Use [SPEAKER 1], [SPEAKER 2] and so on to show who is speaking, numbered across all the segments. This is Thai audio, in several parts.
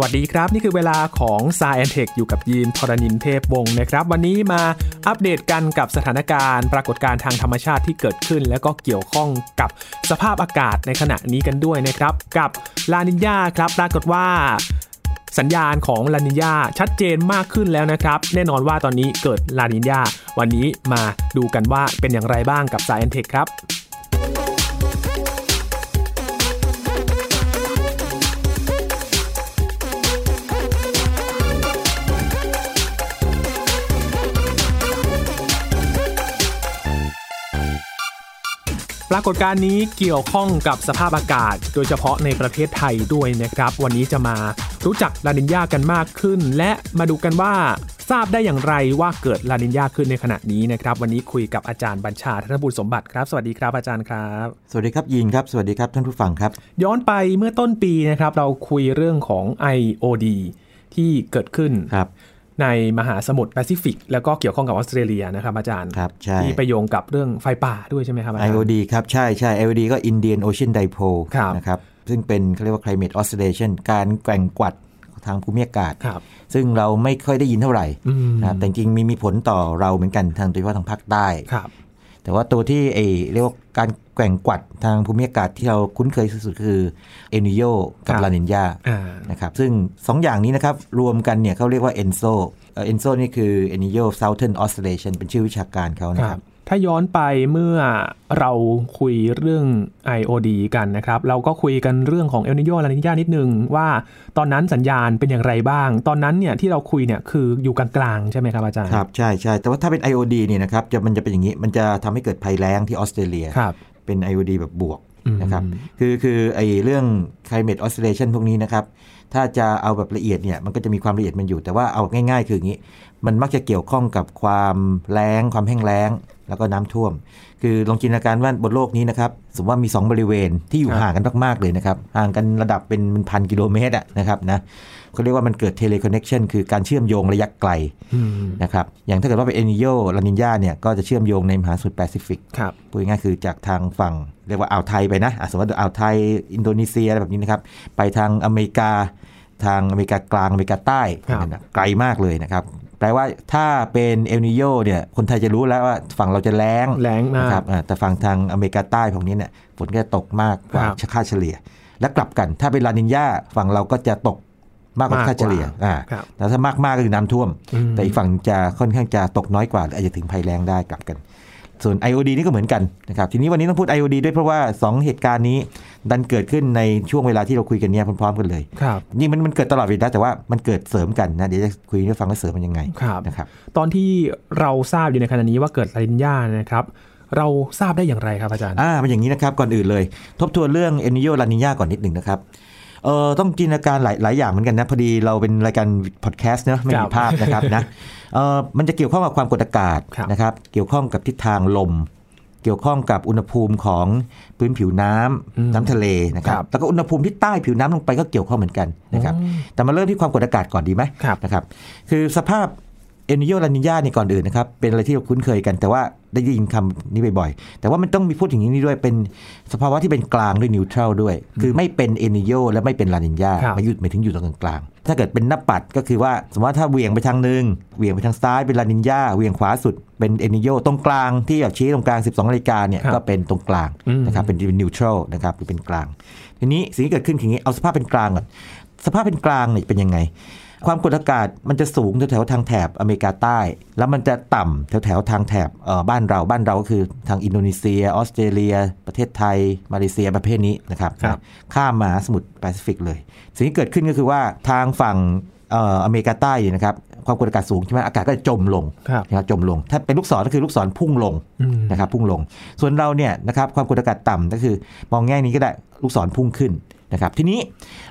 [SPEAKER 1] วัสดีครับ นี่คือเวลาของ s ายแอนเทคอยู่กับยีนทรณินเทพวงศ์นะครับ วันนี้มาอัปเดตกันกับสถานการณ์ ปรากฏการณ์ทางธรรมชาติที่เกิดขึ้น แล้วก็เกี่ยวข้องกับสภาพอากาศในขณะนี้กันด้วยนะครับ กับลานินยาครับปรากฏว่า สัญญาณของลานินยาชัดเจนมากขึ้นแล้วนะครับ แน่นอนว่าตอนนี้เกิดลานินยาวันนี้มาดูกันว่าเป็นอย่างไรบ้างกับ s ายแอนเทคครับ ปรากฏการณ์นี้เกี่ยวข้องกับสภาพอากาศ โดยเฉพาะในประเทศไทยด้วยนะครับ วันนี้จะมารู้จักลานินยากันมากขึ้น และมาดูกันว่าทราบได้อย่างไรว่าเกิดลานินยาขึ้นในขณะนี้นะครับ วันนี้คุยกับอาจารย์บัญชาธนบุญสมบัติครับ สวัสดีครับอาจารย์ครับ
[SPEAKER 2] สวัสดีครับยีนครับ สวัสดีครับท่านผู้ฟังครับ
[SPEAKER 1] ย้อนไปเมื่อต้นปีนะครับ เราคุยเรื่องของ IOD ที่เกิดขึ้น
[SPEAKER 2] ครับ
[SPEAKER 1] ในมหาสมุทรแปซิฟิก แล้วก็เกี่ยวข้องกับออสเตรเลียนะครับ อาจารย์
[SPEAKER 2] ครับใช่
[SPEAKER 1] ที่ไปโยงกับเรื่องไฟป่าด้วยใช่ไหมครับอาจารย์
[SPEAKER 2] IOD ครับ ใช่ใช่ IOD ก็ Indian Ocean Dipole
[SPEAKER 1] ครับ
[SPEAKER 2] นะครับ ซึ่งเป็นเขาเรียกว่า climate oscillation การแกว่งกวัดทางภูมิอากาศ
[SPEAKER 1] ครับ
[SPEAKER 2] ซึ่งเราไม่ค่อยได้ยินเท่าไหร่
[SPEAKER 1] อืม
[SPEAKER 2] นะครับแต่จริงๆมีมีผลต่อเราเหมือนกันทางโดยเฉพาะทางภาคใต้
[SPEAKER 1] ครับ
[SPEAKER 2] แต่ว่าตัวที่เอเรียกว่าการแกว่งกวัดทางภูมิอากาศที่เราคุ้นเคยที่สุดคือเอนิโยกับ
[SPEAKER 1] ครับ
[SPEAKER 2] ลานินยา
[SPEAKER 1] อ่า
[SPEAKER 2] นะครับซึ่ง 2 อย่างนี้นะครับ รวมกันเนี่ยเขาเรียกว่า ENSO เอ่อ็นโซนี่คือ Enio Southern Oscillation เป็นชื่อวิชาการเขา
[SPEAKER 1] ค
[SPEAKER 2] นะค
[SPEAKER 1] รั
[SPEAKER 2] รั
[SPEAKER 1] บบ ถ้าย้อนไปเมื่อเราคุยเรื่อง IOD กันนะครับ เราก็คุยกันเรื่องของเอลนิโยลานิ a านิดนึงว่าตอนนั้นสัญญาณเป็นอย่างไรบ้าง ตอนนั้นเนี่ยที่เราคุยเนี่ยคืออยู่กลางๆใช่ไหมครับอาจารย์
[SPEAKER 2] ครับ ใช่ใช่แต่ว่าถ้าเป็น IOD เนี่ยนะครับจะมันจะเป็นอย่างนี้ มันจะทำให้เกิดภัยแล้งที่ออสเตรเลีย
[SPEAKER 1] ครับ
[SPEAKER 2] เป็น IOD แบบบวก
[SPEAKER 1] อืม
[SPEAKER 2] นะครับคือคือไอเรื่อง climate oscillation พวกนี้นะครับ ถ้าจะเอาแบบละเอียดเนี่ยมันก็จะมีความละเอียดมันอยู่ แต่ว่าเอาง่ายๆ คืออย่างนี้ มันมักจะเกี่ยวข้องกับความแล้ง ความแห้งแล้ง แล้วก็น้ำท่วม คือลองจินตนาการว่าบนโลกนี้นะครับ สมมติว่ามี 2 บริเวณที่อยู่
[SPEAKER 1] ครับ
[SPEAKER 2] ห่างกันมากๆเลยนะครับ ห่างกันระดับเป็นพันกิโลเมตรอะนะครับนะเขาเรียกว่ามันเกิด teleconnection คือการเชื่อมโยงระยะไกล
[SPEAKER 1] อืม
[SPEAKER 2] นะครับอย่างถ้าเกิดว่าเป็นเอนิโยลานินยาเนี่ยก็จะเชื่อมโยงในมหาสมุทรแปซิฟิก
[SPEAKER 1] ครับ
[SPEAKER 2] พูดง่ายๆคือจากทางฝั่งเรียกว่าอ่าวไทยไปนะอ่ะสมมติอ่าวไทย อินโดนีเซียอะไรแบบนี้นะครับ ไปทางอเมริกา ทางอเมริกากลางอเมริกาใต้นั่นนะไกลมากเลยนะครับ แปลว่าถ้าเป็นเอลนิโยเนี่ยคนไทยจะรู้แล้วว่าฝั่งเราจะแล้ง
[SPEAKER 1] แรงมาก
[SPEAKER 2] นะครับอ่ะแต่ฝั่งทางอเมริกาใต้ของนี้เนี่ยฝนก็จะตกมากกว่า
[SPEAKER 1] ครับ
[SPEAKER 2] ค่าเฉลี่ย และกลับกันถ้าเป็นลานินญาฝั่งเราก็จะตกมากกว่าค่าเฉลี่ยอ่า
[SPEAKER 1] ครับ
[SPEAKER 2] แล้วถ้ามากๆก็คือน้ำท่วม
[SPEAKER 1] อืม
[SPEAKER 2] แต่อีกฝั่งจะค่อนข้างจะตกน้อยกว่าหรืออาจจะถึงภัยแรงได้กลับกัน ส่วน IOD นี่ก็เหมือนกันนะครับทีนี้วันนี้ต้องพูด IOD ด้วยเพราะว่า 2 เหตุการณ์นี้ ดันเกิดขึ้นในช่วงเวลาที่เราคุยกันเนี่ยพร้อมๆกันเลย
[SPEAKER 1] ครับ
[SPEAKER 2] จริงๆมันมันเกิดตลอดเวลาแต่ว่ามันเกิดเสริมกันนะเดี๋ยวจะคุยให้ฟังว่าเสริมมันยังไง
[SPEAKER 1] ครับ
[SPEAKER 2] นะครับ
[SPEAKER 1] ตอนที่เราทราบอยู่ในขณะนี้ว่าเกิดลานินยานะครับ เราทราบได้อย่างไรครับอาจารย์
[SPEAKER 2] อ่ามันอย่างนี้นะครับก่อนอื่นเลย ทบทวนเรื่องเอนิโยลานิญาก่อนนิดหนึ่งนะครับเออต้องจินตนาการหลายหลายอย่างเหมือนกันนะพอดีเราเป็นรายการพอดแคสต์เนอะไม่
[SPEAKER 1] ครั
[SPEAKER 2] มี
[SPEAKER 1] บ
[SPEAKER 2] ภาพนะครับนะเออมันจะเกี่ยวข้องกับความกดอากาศ
[SPEAKER 1] ครับ
[SPEAKER 2] นะครับเกี่ยวข้องกับทิศทางลม เกี่ยวข้องกับอุณหภูมิของพื้นผิวน้ำ
[SPEAKER 1] อืม
[SPEAKER 2] น้ำทะเลนะครั
[SPEAKER 1] ครับ บ
[SPEAKER 2] แล้วก็อุณหภูมิที่ใต้ผิวน้ำลงไปก็เกี่ยวข้องเหมือนกันนะครับ
[SPEAKER 1] อืม
[SPEAKER 2] แต่มาเริ่มที่ความกดอากาศก่อนดีไหม
[SPEAKER 1] ครับ
[SPEAKER 2] นะครับคือสภาพเอนิโยลานิญาเนี่ยก่อนอื่นนะครับเป็นอะไรที่เราคุ้นเคยกัน แต่ว่าได้ยินคำนี้บ่อยๆ แต่ว่ามันต้องมีพูดอย่างนี้ด้วยเป็นสภาวะที่เป็นกลางด้วยนิวทรัลด้วย คือไม่เป็นเอนิโยและไม่เป็นลานิญา
[SPEAKER 1] ครับ
[SPEAKER 2] มายุดหมายถึงอยู่ตรงกลางๆถ้าเกิดเป็นหน้าปัดก็คือว่าสมมติว่าถ้าเหวียงไปทางหนึ่งเหวียงไปทางซ้ายเป็นลานิญาเหวียงขวาสุดเป็นเอนิโยตรงกลางที่แบบชี้ตรงกลาง 12นาฬิกาเนี่ย
[SPEAKER 1] ครับ
[SPEAKER 2] ก็เป็นตรงกลาง
[SPEAKER 1] อืม
[SPEAKER 2] นะครับเป็นนิวทรัลนะครับหรือเป็นกลาง ทีนี้สิ่งที่เกิดขึ้นคืออย่างนี้เอาสภาพเป็นกลางก่อนสภาพเป็นกลางเนี่ยเป็นยังไง ความกดอากาศมันจะสูงแถวๆทางแถบอเมริกาใต้ แล้วมันจะต่ำแถวๆทางแถบเอ่อบ้านเราบ้านเราก็คือทางอินโดนีเซีย ออสเตรเลีย ประเทศไทย มาเลเซียประเภทนี้นะครับ
[SPEAKER 1] ครับ
[SPEAKER 2] ข้ามมหาสมุทรแปซิฟิกเลย สิ่งที่เกิดขึ้นก็คือว่าทางฝั่งเอ่ออเมริกาใต้เนี่ยนะครับความกดอากาศสูงใช่ไหมอากาศก็จะจมลง
[SPEAKER 1] ครับ
[SPEAKER 2] นะครับจมลง ถ้าเป็นลูกศรก็คือลูกศรพุ่งลง
[SPEAKER 1] อืม
[SPEAKER 2] นะครับพุ่งลง ส่วนเราเนี่ยนะครับความกดอากาศต่ำก็คือมองแง่นี้ก็ได้ลูกศรพุ่งขึ้นนะครับทีนี้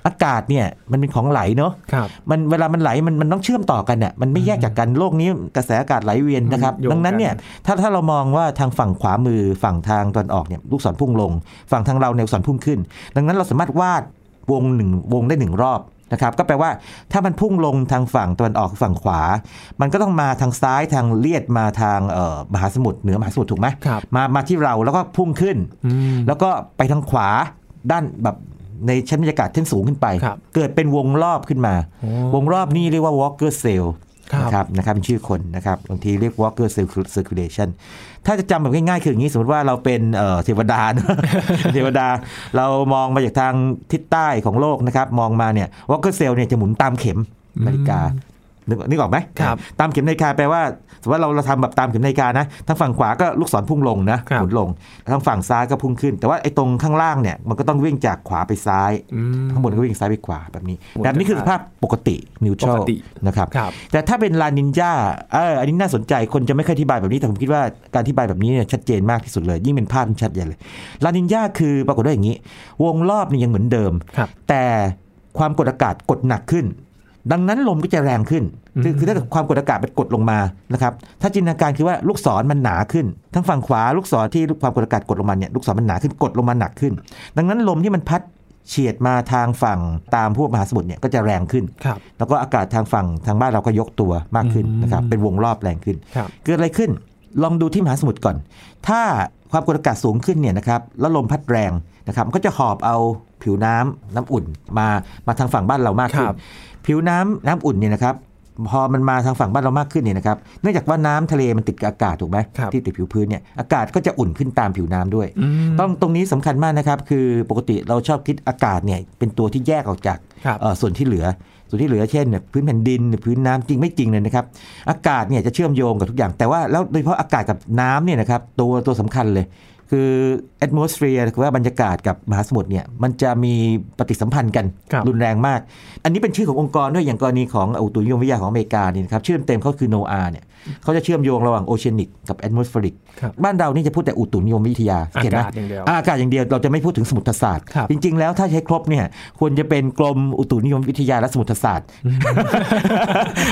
[SPEAKER 2] อากาศเนี่ยมันเป็นของไหลเนาะ
[SPEAKER 1] ครับ
[SPEAKER 2] มันเวลามันไหลมันมันต้องเชื่อมต่อกันเนี่ยมันไม่แยกจากกันโลกนี้กระแสอากาศไหลเวียนนะครับ
[SPEAKER 1] มันโยงกัน
[SPEAKER 2] ดังนั้นเนี่ยถ้าถ้าเรามองว่าทางฝั่งขวามือฝั่งทางตอนออกเนี่ยลูกศรพุ่งลง ฝั่งทางเราเนี่ยลูกศรพุ่งขึ้น ดังนั้นเราสามารถวาดวงหนึ่งวงได้หนึ่งรอบนะครับก็แปลว่าถ้ามันพุ่งลงทางฝั่งตะวันออกฝั่งขวา มันก็ต้องมาทางซ้ายทางเลียดมาทางเอ่อมหาสมุทรเหนือมหาสมุทรถูกไหม
[SPEAKER 1] ครับ
[SPEAKER 2] มามาที่เราแล้วก็พุ่งขึ้น
[SPEAKER 1] อืม
[SPEAKER 2] แล้วก็ไปทางขวาด้านแบบ ในชั้นบรรยากาศชั้นสูงขึ้นไป
[SPEAKER 1] ครับ
[SPEAKER 2] เกิดเป็นวงรอบขึ้นมา
[SPEAKER 1] โอ้
[SPEAKER 2] วงรอบนี้เรียกว่า Walker Cell
[SPEAKER 1] ครับ
[SPEAKER 2] นะครับนะครับเป็นชื่อคนนะครับบางทีเรียก Walker Cell Circulation ถ้าจะจำแบบง่ายๆ คืออย่างนี้ สมมติว่าเราเป็นเอ่อเทวดานะ เทวดาเรามองมาจากทางทิศใต้ของโลกนะครับมองมาเนี่ย Walker Cell เนี่ยจะหมุนตามเข็มนาฬิกานึกนึกออกไหม
[SPEAKER 1] ครับ
[SPEAKER 2] ตามเข็มนาฬิกาแปลว่าสมมติว่าเราเราทำแบบตามเข็มนาฬิกานะทางฝั่งขวาก็ลูกศรพุ่งลงนะ
[SPEAKER 1] ครั
[SPEAKER 2] ห
[SPEAKER 1] บ
[SPEAKER 2] มุนลงทางฝั่งซ้ายก็พุ่งขึ้น แต่ว่าไอ้ตรงข้างล่างเนี่ยมันก็ต้องวิ่งจากขวาไปซ้าย
[SPEAKER 1] อืม
[SPEAKER 2] ข้างบนก็วิ่งซ้ายไปขวาแบบนี้
[SPEAKER 1] หมุน
[SPEAKER 2] แบบนี้คือสภาพปกตินิวทรัล
[SPEAKER 1] ปกติ
[SPEAKER 2] นะครับ
[SPEAKER 1] ครับ
[SPEAKER 2] แต่ถ้าเป็นลานินจาเอออันนี้น่าสนใจคนจะไม่ค่อยอธิบายแบบนี้ แต่ผมคิดว่าการอธิบายแบบนี้เนี่ยชัดเจนมากที่สุดเลย ยิ่งเป็นภาพที่ชัดใหญ่เลยลานินจาคือปรากฏว่าอย่างนี้ วงรอบเนี่ยยังเหมือนเดิม
[SPEAKER 1] ครับ
[SPEAKER 2] แต่ความกดอากาศกดหนักขึ้น ดังนั้นลมก็จะแรงขึ้น คือ
[SPEAKER 1] อืม
[SPEAKER 2] คือถ้าเกิดความกดอากาศมันกดลงมานะครับ ถ้าจินตนาการคือว่าลูกศรมันหนาขึ้น ทั้งฝั่งขวาลูกศรที่ความกดอากาศกดลงมาเนี่ยลูกศรมันหนาขึ้นกดลงมาหนักขึ้น ดังนั้นลมที่มันพัดเฉียดมาทางฝั่งตามพวกมหาสมุทรเนี่ยก็จะแรงขึ้น
[SPEAKER 1] ครับ
[SPEAKER 2] แล้วก็อากาศทางฝั่งทางบ้านเราก็ยกตัวมากขึ้น
[SPEAKER 1] อืม
[SPEAKER 2] นะครับ เป็นวงรอบแรงขึ้น
[SPEAKER 1] ครับ
[SPEAKER 2] เกิดอะไรขึ้น ลองดูที่มหาสมุทรก่อน ถ้าความกดอากาศสูงขึ้นเนี่ยนะครับ แล้วลมพัดแรงนะครับ มันก็จะหอบเอาผิวน้ำน้ำอุ่นมามาทางฝั่งบ้านเรามากขึ้น
[SPEAKER 1] ครับ
[SPEAKER 2] ผิวน้ำน้ำอุ่นเนี่ยนะครับ พอมันมาทางฝั่งบ้านเรามากขึ้นเนี่ยนะครับ เนื่องจากว่าน้ำทะเลมันติดกับอากาศถูกไหม
[SPEAKER 1] ครับ
[SPEAKER 2] ที่ติดผิวพื้นเนี่ย อากาศก็จะอุ่นขึ้นตามผิวน้ำด้วย
[SPEAKER 1] อืม
[SPEAKER 2] ต้องตรงนี้สำคัญมากนะครับคือปกติเราชอบคิดอากาศเนี่ยเป็นตัวที่แยกออกจาก
[SPEAKER 1] ครับ
[SPEAKER 2] เอ่อส่วนที่เหลือ ส่วนที่เหลือเช่นเนี่ยพื้นแผ่นดินหรือพื้นน้ำจริงไม่จริงเลยนะครับ อากาศเนี่ยจะเชื่อมโยงกับทุกอย่าง แต่ว่าแล้วโดยเฉพาะอากาศกับน้ำเนี่ยนะครับตัวตัวสำคัญเลย คือ atmosphere หรือว่าบรรยากาศกับมหาสมุทรเนี่ยมันจะมีปฏิสัมพันธ์กัน
[SPEAKER 1] ครับ
[SPEAKER 2] รุนแรงมาก อันนี้เป็นชื่อขององค์กรด้วยอย่างกรณีของอุตุนิยมวิทยาของอเมริกาเนี่ยนะครับชื่อเต็มเขาคือ NOAA เนี่ยเขาจะเชื่อมโยงระหว่าง oceanic กับ atmospheric
[SPEAKER 1] ครับ
[SPEAKER 2] บ้านเรานี่จะพูดแต่อุตุนิยมวิทยา
[SPEAKER 1] อา
[SPEAKER 2] เห็นไหม
[SPEAKER 1] กาศอย่างเดียว
[SPEAKER 2] อ่าอากาศอย่างเดียวเราจะไม่พูดถึงสมุทรศาสตร์
[SPEAKER 1] ครับ
[SPEAKER 2] จริง ๆ แล้วถ้าใช้ครบเนี่ยควรจะเป็นกรมอุตุนิยมวิทยาและสมุทรศา สตร์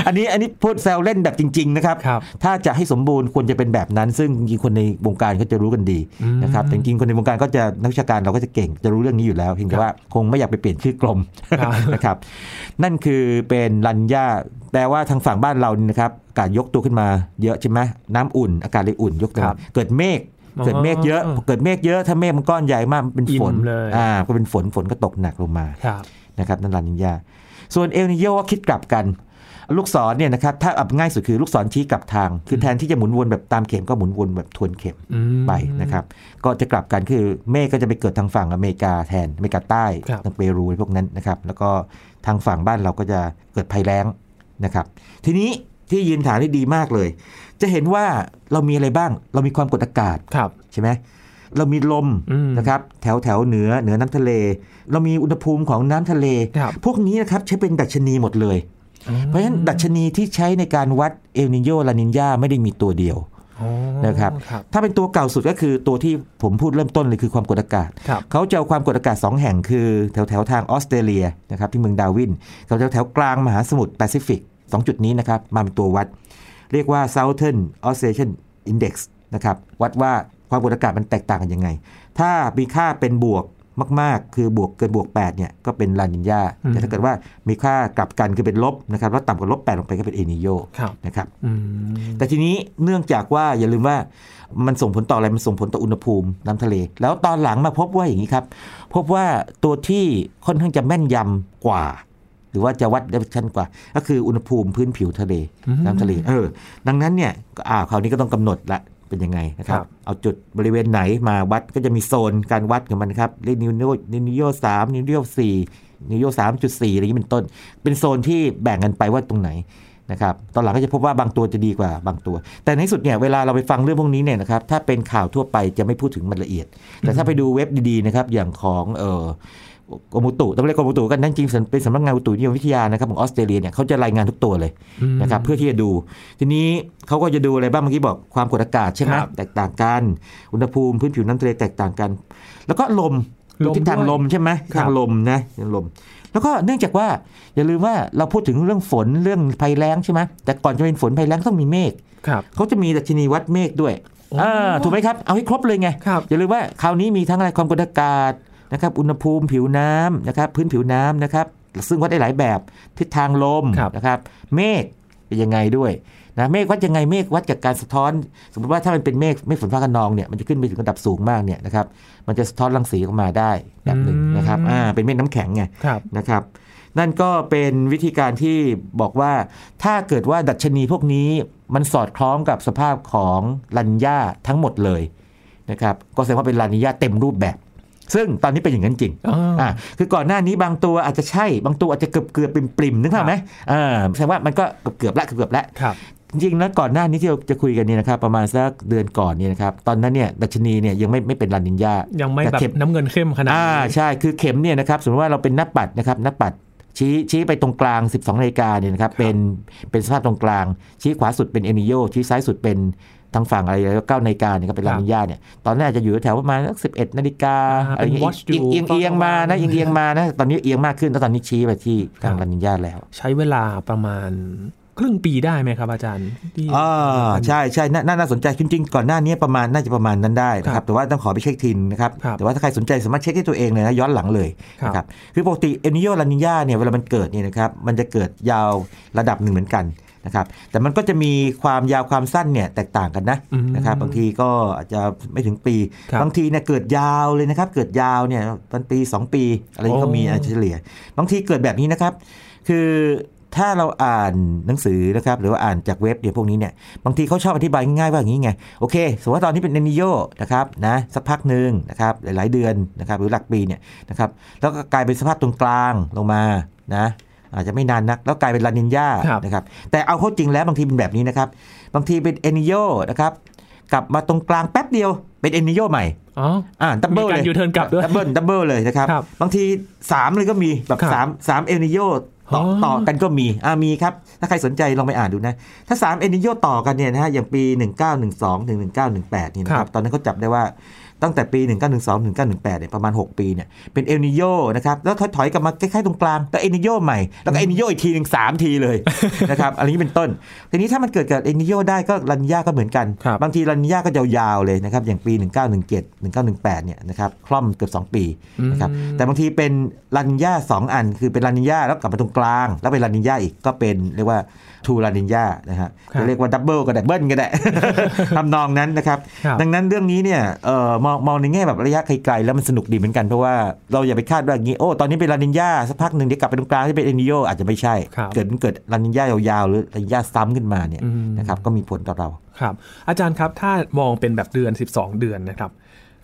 [SPEAKER 2] อันนี้อันนี้พูดแซวเล่นแบบจริง ๆ นะครับ
[SPEAKER 1] ครับ
[SPEAKER 2] ถ้าจะให้สมบูรณ์ควรจะเป็นแบบนั้น ซึ่งจริงๆคนในวงการก็จะรู้กันดี
[SPEAKER 1] อืม
[SPEAKER 2] นะครับแต่จริงๆคนในวงการก็จะนักวิชาการเราก็จะเก่งจะรู้เรื่องนี้อยู่แล้วเพียงแต่ว่าคงไม่อยากไปเปลี่ยนชื่อกรม
[SPEAKER 1] ครับ
[SPEAKER 2] นะครับนั่นคือเป็นลันย่าแปลว่าทางฝั่งบ้านเรานี่นะครับอากาศยกตัวขึ้นมาเยอะใช่ไหมน้ำอุ่น อากาศเลยอุ่นยกตัว
[SPEAKER 1] ครั
[SPEAKER 2] มา
[SPEAKER 1] บ
[SPEAKER 2] เกิดเมฆ
[SPEAKER 1] อ๋อ
[SPEAKER 2] เกิดเมฆเยอะพอเกิดเมฆเยอะถ้าเมฆมันก้อนใหญ่มากมันเป็นฝน
[SPEAKER 1] อิ่มเลย
[SPEAKER 2] อ่าก็เป็นฝนฝนก็ตกหนักลงมา
[SPEAKER 1] ครับ
[SPEAKER 2] นะครับนั่นลานินยาส่วนเอลนิโยก็คิดกลับกัน ลูกศรเนี่ยนะครับถ้าอับง่ายสุดคือลูกศรชี้กลับทาง คือแทนที่จะหมุนวนแบบตามเข็มก็หมุนวนแบบทวนเข็ม
[SPEAKER 1] อืม
[SPEAKER 2] ไปนะครับ ก็จะกลับกันคือเมฆก็จะไปเกิดทางฝั่งอเมริกาแทนอเมริกาใต้
[SPEAKER 1] ครับ
[SPEAKER 2] ทางเปรูพวกนั้นนะครับ แล้วก็ทางฝั่งบ้านเราก็จะเกิดภัยแล้งนะครับ ทีนี้ที่ยืนฐานได้ดีมากเลย จะเห็นว่าเรามีอะไรบ้าง เรามีความกดอากาศ
[SPEAKER 1] ครับ
[SPEAKER 2] ใช่ไหมเรามีลม
[SPEAKER 1] อืม
[SPEAKER 2] นะครับ แถวแถวเหนือเหนือน้ำทะเล เรามีอุณหภูมิของน้ำทะเล
[SPEAKER 1] ครับ
[SPEAKER 2] พวกนี้นะครับใช้เป็นดัชนีหมดเลย เพราะฉะนั้นดัชนีที่ใช้ในการวัดเอลนิโยลานินยาไม่ได้มีตัวเดียว
[SPEAKER 1] อ๋อ
[SPEAKER 2] นะครับ
[SPEAKER 1] ครับ
[SPEAKER 2] ถ้าเป็นตัวเก่าสุดก็คือตัวที่ผมพูดเริ่มต้นเลยคือความกดอากาศ
[SPEAKER 1] ครับ
[SPEAKER 2] เขาจะเอาความกดอากาศ 2 แห่งคือแถวแถวๆทางออสเตรเลียนะครับที่เมืองดาร์วินกับแถวแถวๆกลางมหาสมุทรแปซิฟิก2จุดนี้นะครับมาเป็นตัววัด เรียกว่า Southern Oscillation Index นะครับวัดว่าความกดอากาศมันแตกต่างกันยังไง ถ้ามีค่าเป็นบวกมาก ๆ คือบวกเกินบวก8เนี่ยก็เป็นลานินยา
[SPEAKER 1] อืม
[SPEAKER 2] แต่ถ้าเกิดว่ามีค่ากลับกันคือเป็นลบนะครับแล้วต่ำกว่าลบ8ลงไปก็เป็นเอนิโย
[SPEAKER 1] ครับ
[SPEAKER 2] นะครับ
[SPEAKER 1] อืม
[SPEAKER 2] แต่ทีนี้เนื่องจากว่าอย่าลืมว่ามันส่งผลต่ออะไร มันส่งผลต่ออุณหภูมิน้ำทะเล แล้วตอนหลังมาพบว่าอย่างนี้ครับ พบว่าตัวที่ค่อนข้างจะแม่นยำกว่า หรือว่าจะวัดได้ชันกว่า ก็คืออุณหภูมิพื้นผิวทะเล
[SPEAKER 1] อืม
[SPEAKER 2] น้ำทะเลเออดังนั้นเนี่ยก็อ่าคราวนี้ก็ต้องกำหนดละเป็นยังไงนะครั
[SPEAKER 1] ครับ บ
[SPEAKER 2] เอาจุดบริเวณไหนมาวัดก็จะมีโซนการวัดของมันครับเรียกนิวโนนิวโยสามนิวโยสี่นิวโยสามจุดสี่อะไรอย่างนี้เป็นต้น เป็นโซนที่แบ่งกันไปว่าตรงไหนนะครับตอนหลังก็จะพบว่าบางตัวจะดีกว่าบางตัว แต่ในที่สุดเนี่ยเวลาเราไปฟังเรื่องพวกนี้เนี่ยนะครับถ้าเป็นข่าวทั่วไปจะไม่พูดถึงมันละเอียด แต่ถ้าไปดูเว็บดีๆนะครับอย่างของเออกรมอุตุต้องเรียกกรมอุตุกันนั่นจริงๆเป็นสำนักงานอุตุนิยมวิทยานะครับของออสเตรเลียเนี่ยเขาจะรายงานทุกตัวเลย
[SPEAKER 1] อืม
[SPEAKER 2] นะครับเพื่อที่จะดู ทีนี้เขาก็จะดูอะไรบ้างเมื่อกี้บอกความกดอากาศใช่ไหม
[SPEAKER 1] ครับ
[SPEAKER 2] แตกต่างกัน อุณหภูมิพื้นผิวน้ำทะเลแตกต่างกัน แล้วก็ลม
[SPEAKER 1] ลม
[SPEAKER 2] ทิศทาง
[SPEAKER 1] ด้วย
[SPEAKER 2] ลมใช่ไหม
[SPEAKER 1] ครับ
[SPEAKER 2] ทางลมนะทางลม แล้วก็เนื่องจากว่าอย่าลืมว่าเราพูดถึงเรื่องฝนเรื่องภัยแล้งใช่ไหมแต่ก่อนจะเป็นฝนภัยแล้งต้องมีเมฆ
[SPEAKER 1] ครับ
[SPEAKER 2] เขาจะมีดัชนีวัดเมฆด้วย
[SPEAKER 1] โอ้
[SPEAKER 2] อ่าถูกไหมครับเอาให้ครบเลยไง
[SPEAKER 1] ครับ
[SPEAKER 2] อย่าลืมว่าคราวนี้มีทั้งอะไรความกดอากาศนะครับอุณหภูมิผิวน้ำนะครับพื้นผิวน้ำนะครับซึ่งวัดได้หลายแบบทิศทางลม
[SPEAKER 1] ครับ
[SPEAKER 2] นะครับเมฆ เป็นยังไงด้วยนะเมฆวัดยังไงเมฆวัดจากการสะท้อน สมมติว่าถ้ามันเป็นเมฆเมฆฝนฟ้าคะนองเนี่ยมันจะขึ้นไปถึงระดับสูงมากเนี่ยนะครับมันจะสะท้อนรังสีออกมาได้แบบหนึ่งนะครับอ่าเป็นเมฆน้ำแข็งไง
[SPEAKER 1] ครับ
[SPEAKER 2] นะครับนั่นก็เป็นวิธีการที่บอกว่าถ้าเกิดว่าดัชนีพวกนี้มันสอดคล้องกับสภาพของลันยาทั้งหมดเลยนะครับก็แสดงว่าเป็นลานิยาเต็มรูปแบบ ซึ่งตอนนี้เป็นอย่างนั้นจริง
[SPEAKER 1] อ่า
[SPEAKER 2] อ่าคือก่อนหน้านี้บางตัวอาจจะใช่บางตัวอาจจะเกือบเกือบปริมปริมๆนึกภาพไหมอ่าแสดงว่ามันก็เกือบๆละเกือบๆละ
[SPEAKER 1] ครับ
[SPEAKER 2] จริงๆแล้วก่อนหน้านี้ที่เราจะคุยกันเนี่ยนะครับประมาณสักเดือนก่อนเนี่ยนะครับตอนนั้นเนี่ยดัชนีเนี่ยยังไม่ไม่เป็นลานิญา
[SPEAKER 1] ยั
[SPEAKER 2] ยัง
[SPEAKER 1] ไม่แบบ
[SPEAKER 2] เข็ม
[SPEAKER 1] น้ำเงินเข้มขนาด
[SPEAKER 2] อ่า
[SPEAKER 1] นี้
[SPEAKER 2] ใช่คือเข็มเนี่ยนะครับสมมติว่าเราเป็นหน้าปัดนะครับหน้าปัดชี้ชี้ไปตรงกลาง 12นาฬิกาเนี่ยนะครับเป็นเป็นสภาพตรงกลาง ชี้ขวาสุดเป็นเอนิโยชี้ซ้ายสุดเป็นทางฝั่งอะไรแล้วเก้านาฬิกาเนี่ยก็เป็นลานิญาเนี่ยตอนแรกจะอยู่แถวๆประมาณสักสิบเอ็ดนาฬิกา
[SPEAKER 1] า
[SPEAKER 2] อะไร
[SPEAKER 1] เป็น
[SPEAKER 2] เงี้ย
[SPEAKER 1] watch อยู่
[SPEAKER 2] เอียงเอียงเอียงมานะเอียงเอียงมานะตอนนี้เอียงมากขึ้นแล้วตอนนี้ชี้ไปที่ทาง
[SPEAKER 1] ครับ
[SPEAKER 2] ลานิญาแล้ว
[SPEAKER 1] ใช้เวลาประมาณครึ่งปีได้ไหมครับอาจารย์ที่
[SPEAKER 2] อ่าใช่ใช่น่าน่าน่าสนใจจริงๆก่อนหน้านี้ประมาณน่าจะประมาณนั้นได้นะครับแต่ว่าต้องขอไปเช็คทีนนะครับ
[SPEAKER 1] ครับ
[SPEAKER 2] แต่ว่าถ้าใครสนใจสามารถเช็คที่ตัวเองเลยนะย้อนหลังเลย
[SPEAKER 1] ครับ
[SPEAKER 2] นะครับคือปกติเอลนิโยลานิญาเนี่ยเวลามันเกิดเนี่ยนะครับมันจะเกิดยาวระดับหนึ่งเหมือนกันนะครับแต่มันก็จะมีความยาวความสั้นเนี่ยแตกต่างกันนะ
[SPEAKER 1] อืม
[SPEAKER 2] นะครับบางทีก็อาจจะไม่ถึงปี
[SPEAKER 1] ครับ
[SPEAKER 2] บางทีเนี่ยเกิดยาวเลยนะครับเกิดยาวเนี่ยเป็นปี 2 ปีอะไรอย่างนี้ก็มี
[SPEAKER 1] โอ้
[SPEAKER 2] อาจจะเฉลี่ย บางทีเกิดแบบนี้นะครับ คือถ้าเราอ่านหนังสือนะครับหรือว่าอ่านจากเว็บเนี่ยพวกนี้เนี่ยบางทีเขาชอบอธิบายง่ายๆว่าอย่างนี้ไงโอเคสมมติว่าตอนนี้เป็นเอลนิโยนะครับนะสักพักหนึ่งนะครับหลายๆเดือนนะครับหรือหลักปีเนี่ยนะครับแล้วก็กลายเป็นสภาพตรงกลางลงมานะอาจจะไม่นานนัก แล้วกลายเป็นลานินยา
[SPEAKER 1] ครับ
[SPEAKER 2] นะครับแต่เอาเข้าจริงแล้วบางทีเป็นแบบนี้นะครับบางทีเป็นเอลนิโยนะครับกลับมาตรงกลางแป๊บเดียวเป็นเอลนิโยใหม่
[SPEAKER 1] อ๋อ
[SPEAKER 2] อ่าดับเบิล
[SPEAKER 1] มีการ
[SPEAKER 2] เลย
[SPEAKER 1] U-turn กลับด้วย
[SPEAKER 2] ดับเบิลดับเบิลเลยนะครับ
[SPEAKER 1] ครับ
[SPEAKER 2] บางที 3 เลยก็มีแบบ
[SPEAKER 1] ครับ
[SPEAKER 2] 3 3เอลนิโยต่อ
[SPEAKER 1] อ๋อ
[SPEAKER 2] ต่อกันก็มีอ่ามีครับ ถ้าใครสนใจลองไปอ่านดูนะ ถ้า 3เอลนิโยต่อกันเนี่ยนะฮะอย่างปี 1912ถึง1918นี่นะค
[SPEAKER 1] ครั
[SPEAKER 2] รับ
[SPEAKER 1] บ
[SPEAKER 2] ตอนนั้นเขาจับได้ว่าตั้งแต่ปี 1912ถึง1918เนี่ยประมาณ 6 ปีเนี่ยเป็นเอลนิโยนะครับแล้วถอยๆกลับมาใกล้ๆตรงกลางแล้วเอลนิโยใหม่แล้วก็เอลนิโยอีกทีหนึ่งสามทีเลย นะครับ อะไรนี้เป็นต้นทีนี้ถ้ามันเกิดกับเอลนิโยได้ก็ลันยาก็เหมือนกัน
[SPEAKER 1] ครับ
[SPEAKER 2] บางทีรันยาก็ยาวๆเลยนะครับ อย่างปี 1917 1918 เนี่ยนะครับคล่อมเกือบ 2 ปีนะครับ
[SPEAKER 1] อืม
[SPEAKER 2] แต่บางทีเป็นรันยา2 อัน คือเป็นรันยาแล้วกลับมาตรงกลาง แล้วเป็นรันยาอีกก็เป็นเรียกว่าทูรันยานะฮะ
[SPEAKER 1] ครับ
[SPEAKER 2] จะเรียกว่าดับเบิลก็ได้เบิ้ลก็ได้ ทำนองนั้นนะครับ
[SPEAKER 1] ครับ
[SPEAKER 2] ดังนั้นเรื่องนี้เนี่ยเอ่อมองมองในแง่แบบระยะไกลๆแล้วมันสนุกดีเหมือนกันเพราะว่าเราอย่าไปคาดว่าอย่างนี้โอ้ตอนนี้เป็นรันยาสักพักหนึ่งเดี๋ยวกลับไปตรงกลางที่เป็นเอนิโยอาจจะไม่ใช่
[SPEAKER 1] ครับ
[SPEAKER 2] เกิดมันเกิดรันยายาวๆหรือรันยาซ้ำขึ้นมาเนี่ย
[SPEAKER 1] อืม
[SPEAKER 2] นะครับก็มีผลต่อเรา
[SPEAKER 1] ครับอาจารย์ครับถ้ามองเป็นแบบเดือน 12 เดือนนะครับ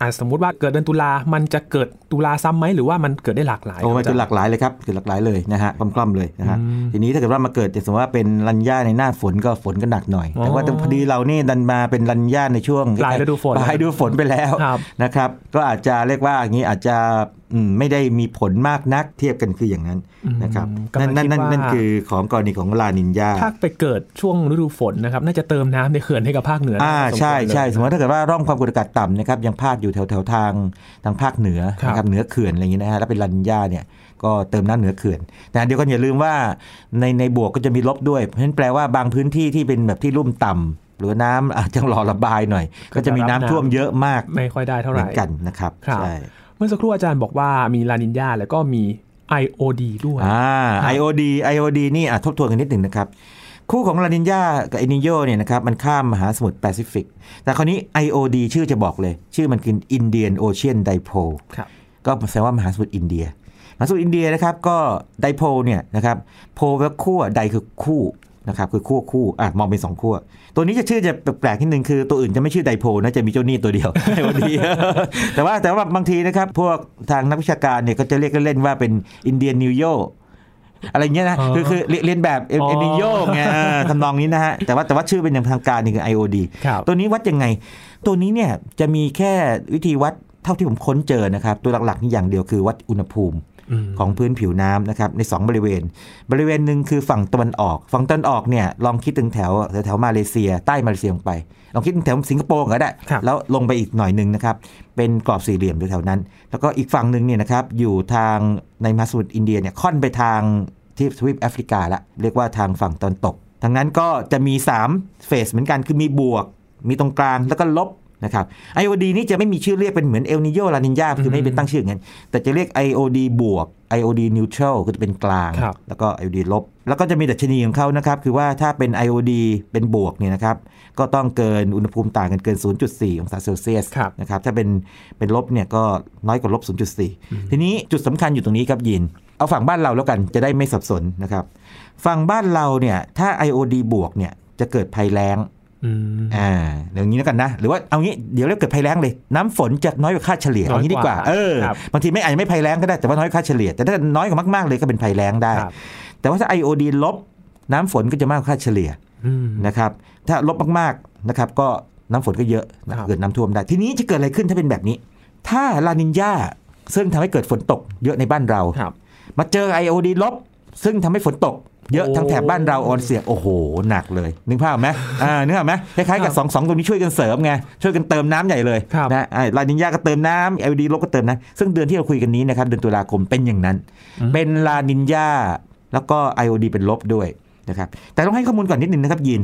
[SPEAKER 1] อ่าสมมุติว่าเกิดเดือนตุลา มันจะเกิดตุลาซ้ำไหมหรือว่ามันเกิดได้หลากหลาย
[SPEAKER 2] โอ้มั
[SPEAKER 1] ค
[SPEAKER 2] นจะห
[SPEAKER 1] รับ
[SPEAKER 2] ลากหลายเลยครับคือหลากหลายเลยนะฮะคล่อมๆเลยนะฮะ
[SPEAKER 1] อืม
[SPEAKER 2] ทีนี้ถ้าเกิดว่ามาเกิดสมมติว่าเป็นรันย่าในหน้าฝนก็ฝนก็หนักหน่อย
[SPEAKER 1] อ๋อ
[SPEAKER 2] แต่ว่าพอดีเรานี่ดันมาเป็นรันย่าในช่วง
[SPEAKER 1] ปลายฤดูฝน
[SPEAKER 2] ปลายฤดูฝนไปแล้ว
[SPEAKER 1] ครับ
[SPEAKER 2] นะครับ ก็อาจจะเรียกว่าอย่างนี้อาจจะอืมไม่ได้มีผลมากนักเทียบกันคืออย่างนั้นนะครับ
[SPEAKER 1] อืมกำลั
[SPEAKER 2] นั่
[SPEAKER 1] ง
[SPEAKER 2] นนั่นนั่น
[SPEAKER 1] คิดว่า
[SPEAKER 2] นั่นคือของกรณีของลานินยา
[SPEAKER 1] ถ้าไปเกิดช่วงฤดูฝนนะครับ น่าจะเติมน้ำในเขื่อนให้กับภาคเหนืออ
[SPEAKER 2] อ่า
[SPEAKER 1] พอสมควร
[SPEAKER 2] ใช่
[SPEAKER 1] เลย
[SPEAKER 2] ใช่สมมติว่าถ้าเกิดว่าร่องความกดอากาศต่ำนะครับยังพาดอยู่แถวแถวทางทางภาคเหนือ
[SPEAKER 1] ครับ
[SPEAKER 2] นะครับเหนือเขื่อนอะไรอย่างนี้นะฮะแล้วเป็นลันย่าเนี่ยก็เติมน้ำเหนือเขื่อนนะเดี๋ยวก็อย่าลืมว่าในในบวกก็จะมีลบด้วยเพราะฉะนั้นแปลว่าบางพื้นที่ที่เป็นแบบที่ลุ่มต่ำหรือว่าน้ำอาจจะรอระบายหน่อย
[SPEAKER 1] ก็
[SPEAKER 2] ก็
[SPEAKER 1] จะ
[SPEAKER 2] จะ
[SPEAKER 1] รับ
[SPEAKER 2] มีน้ำท่วม
[SPEAKER 1] น้ำ
[SPEAKER 2] เยอะมาก
[SPEAKER 1] ไม่ค่อยได้เท่า
[SPEAKER 2] เห
[SPEAKER 1] ไห
[SPEAKER 2] มื
[SPEAKER 1] ร่
[SPEAKER 2] อนกันนะครับ
[SPEAKER 1] ครับ
[SPEAKER 2] ใช่
[SPEAKER 1] เมื่อสักครู่อาจารย์บอกว่ามีลานินยาแล้วก็มี IOD ด้วย
[SPEAKER 2] อ่า IOD IOD นี่อ่ะทบทวนกันนิดหนึ่งนะครับคู่ของลานินยากับเอนิโยเนี่ยนะครับมันข้ามมหาสมุทรแปซิฟิกแต่คราวนี้ IOD ชื่อจะบอกเลย ชื่อมันคือ Indian Ocean Dipole
[SPEAKER 1] ครับ
[SPEAKER 2] ก็แสดงว่ามหาสมุทรอินเดีย มหาสมุทรอินเดียนะครับก็ไดโพลเนี่ยนะครับโพลแปลว่าขั้วไดคือคู่นะครับคือขั้วคู่อ่ะมองเป็นสองขั้วตัวนี้จะชื่อจะแปลกๆนิดนึงคือตัวอื่นจะไม่ชื่อไดโพลนะจะมีเจ้าหนี้ตัวเดี ยว ในวันนี้ แต่ว่าแต่ว่าบางทีนะครับพวกทางนักวิชาการเนี่ยก็จะเรียกเล่นๆว่าเป็นอินเดียนิวโยอะไรเงี้ยนะ
[SPEAKER 1] อ๋อ
[SPEAKER 2] คือคือเรียเรียนแบบเอ
[SPEAKER 1] อ๋อ
[SPEAKER 2] นิโยไงอ่าทำนองนี้นะฮะแต่ว่าแต่ว่าชื่อเป็นอย่างทางการนี่คือ IOD
[SPEAKER 1] ครับ
[SPEAKER 2] ตัวนี้วัดยังไง ตัวนี้เนี่ยจะมีแค่วิธีวัดเท่าที่ผมค้นเจอนะครับ ตัวหลักๆนี่อย่างเดียวคือวัดอุณหภูมิ
[SPEAKER 1] อืม
[SPEAKER 2] ของพื้นผิวน้ำนะครับใน 2 บริเวณ บริเวณหนึ่งคือฝั่งตะวันออก ฝั่งตะวันออกเนี่ยลองคิดถึงแถวแถวมาเลเซีย ใต้มาเลเซียลงไป ลองคิดถึงแถวสิงคโปร์ก็ได้
[SPEAKER 1] ครับ
[SPEAKER 2] แล้วลงไปอีกหน่อยหนึ่งนะครับ เป็นกรอบสี่เหลี่ยมแถวๆนั้น แล้วก็อีกฝั่งหนึ่งเนี่ยนะครับอยู่ทางในมหาสมุทรอินเดียเนี่ยค่อนไปทางที่ทวีปแอฟริกาละเรียกว่าทางฝั่งตอนตกทางนั้นก็จะมี3เฟสเหมือนกันคือมีบวก มีตรงกลางแล้วก็ลบ นะครับไอโอดีนี่จะไม่มีชื่อเรียกเป็นเหมือนเอลนิโยลานินยาคือไม่เป็นตั้งชื่ออย่างนั้นแต่จะเรียก IOD บวก IOD neutral ก็จะเป็นกลาง
[SPEAKER 1] ครับ
[SPEAKER 2] แล้วก็ IOD ลบ แล้วก็จะมีดัชนีของเขานะครับ คือว่าถ้าเป็น IOD เป็นบวกเนี่ยนะครับ ก็ต้องเกินอุณหภูมิต่างกันเกิน 0.4 องศาเซลเซียส
[SPEAKER 1] ครับ
[SPEAKER 2] นะครับ ถ้าเป็นเป็นลบเนี่ยก็น้อยกว่าลบ 0.4 ทีนี้จุดสำคัญอยู่ตรงนี้ครับยิน เอาฝั่งบ้านเราแล้วกันจะได้ไม่สับสนนะครับ ฝั่งบ้านเราเนี่ยถ้า IOD บวกเนี่ยจะเกิดภัยแล้ง
[SPEAKER 1] อืม
[SPEAKER 2] อ่าเดี๋ยวอย่างนี้แล้วกันนะ หรือว่าเอางี้เดี๋ยวเรียกเกิดภัยแล้งเลย น้ำฝนจะน้อยกว่าค่าเฉลี่ย
[SPEAKER 1] น้อยกว่า
[SPEAKER 2] เอางี้ดีกว่าเออ
[SPEAKER 1] ครับ
[SPEAKER 2] บางทีไม่อาจจะไม่ภัยแล้งก็ได้แต่ว่าน้อยกว่าค่าเฉลี่ย แต่ถ้าน้อยกว่ามากๆเลยก็เป็นภัยแล้งได้
[SPEAKER 1] ครับ
[SPEAKER 2] แต่ว่าถ้า IOD ลบน้ำฝนก็จะมากกว่าค่าเฉลี่ย
[SPEAKER 1] อืม
[SPEAKER 2] นะครับถ้าลบมากๆนะครับก็น้ำฝนก็เยอะนะครับ เกิดน้ำท่วมได้ ทีนี้จะเกิดอะไรขึ้นถ้าเป็นแบบนี้ ถ้าลานินญาซึ่งทำให้เกิดฝนตกเยอะในบ้านเรา
[SPEAKER 1] ครับ
[SPEAKER 2] มาเจอ IOD ลบ ซึ่งทำให้ฝนตก เยอะ
[SPEAKER 1] โอ้
[SPEAKER 2] ทั้งแถบบ้านเราออนเสียโอ้โห หนักเลย นึกภาพไหมอ่านึกภาพไหมคล้ายๆ
[SPEAKER 1] ค
[SPEAKER 2] กับ
[SPEAKER 1] รับ
[SPEAKER 2] สองสองตัวนี้ช่วยกันเสริมไง ช่วยกันเติมน้ำใหญ่เลย
[SPEAKER 1] ครับ
[SPEAKER 2] นะอ่าลานินยาก็เติมน้ำ IOD ลบก็เติมนะซึ่งเดือนที่เราคุยกันนี้นะครับเดือนตุลาคมเป็นอย่างนั้น เป็นลานินยาแล้วก็ IOD เป็นลบด้วยนะครับแต่ต้องให้ข้อมูลก่อนนิดนึงนะครับยิน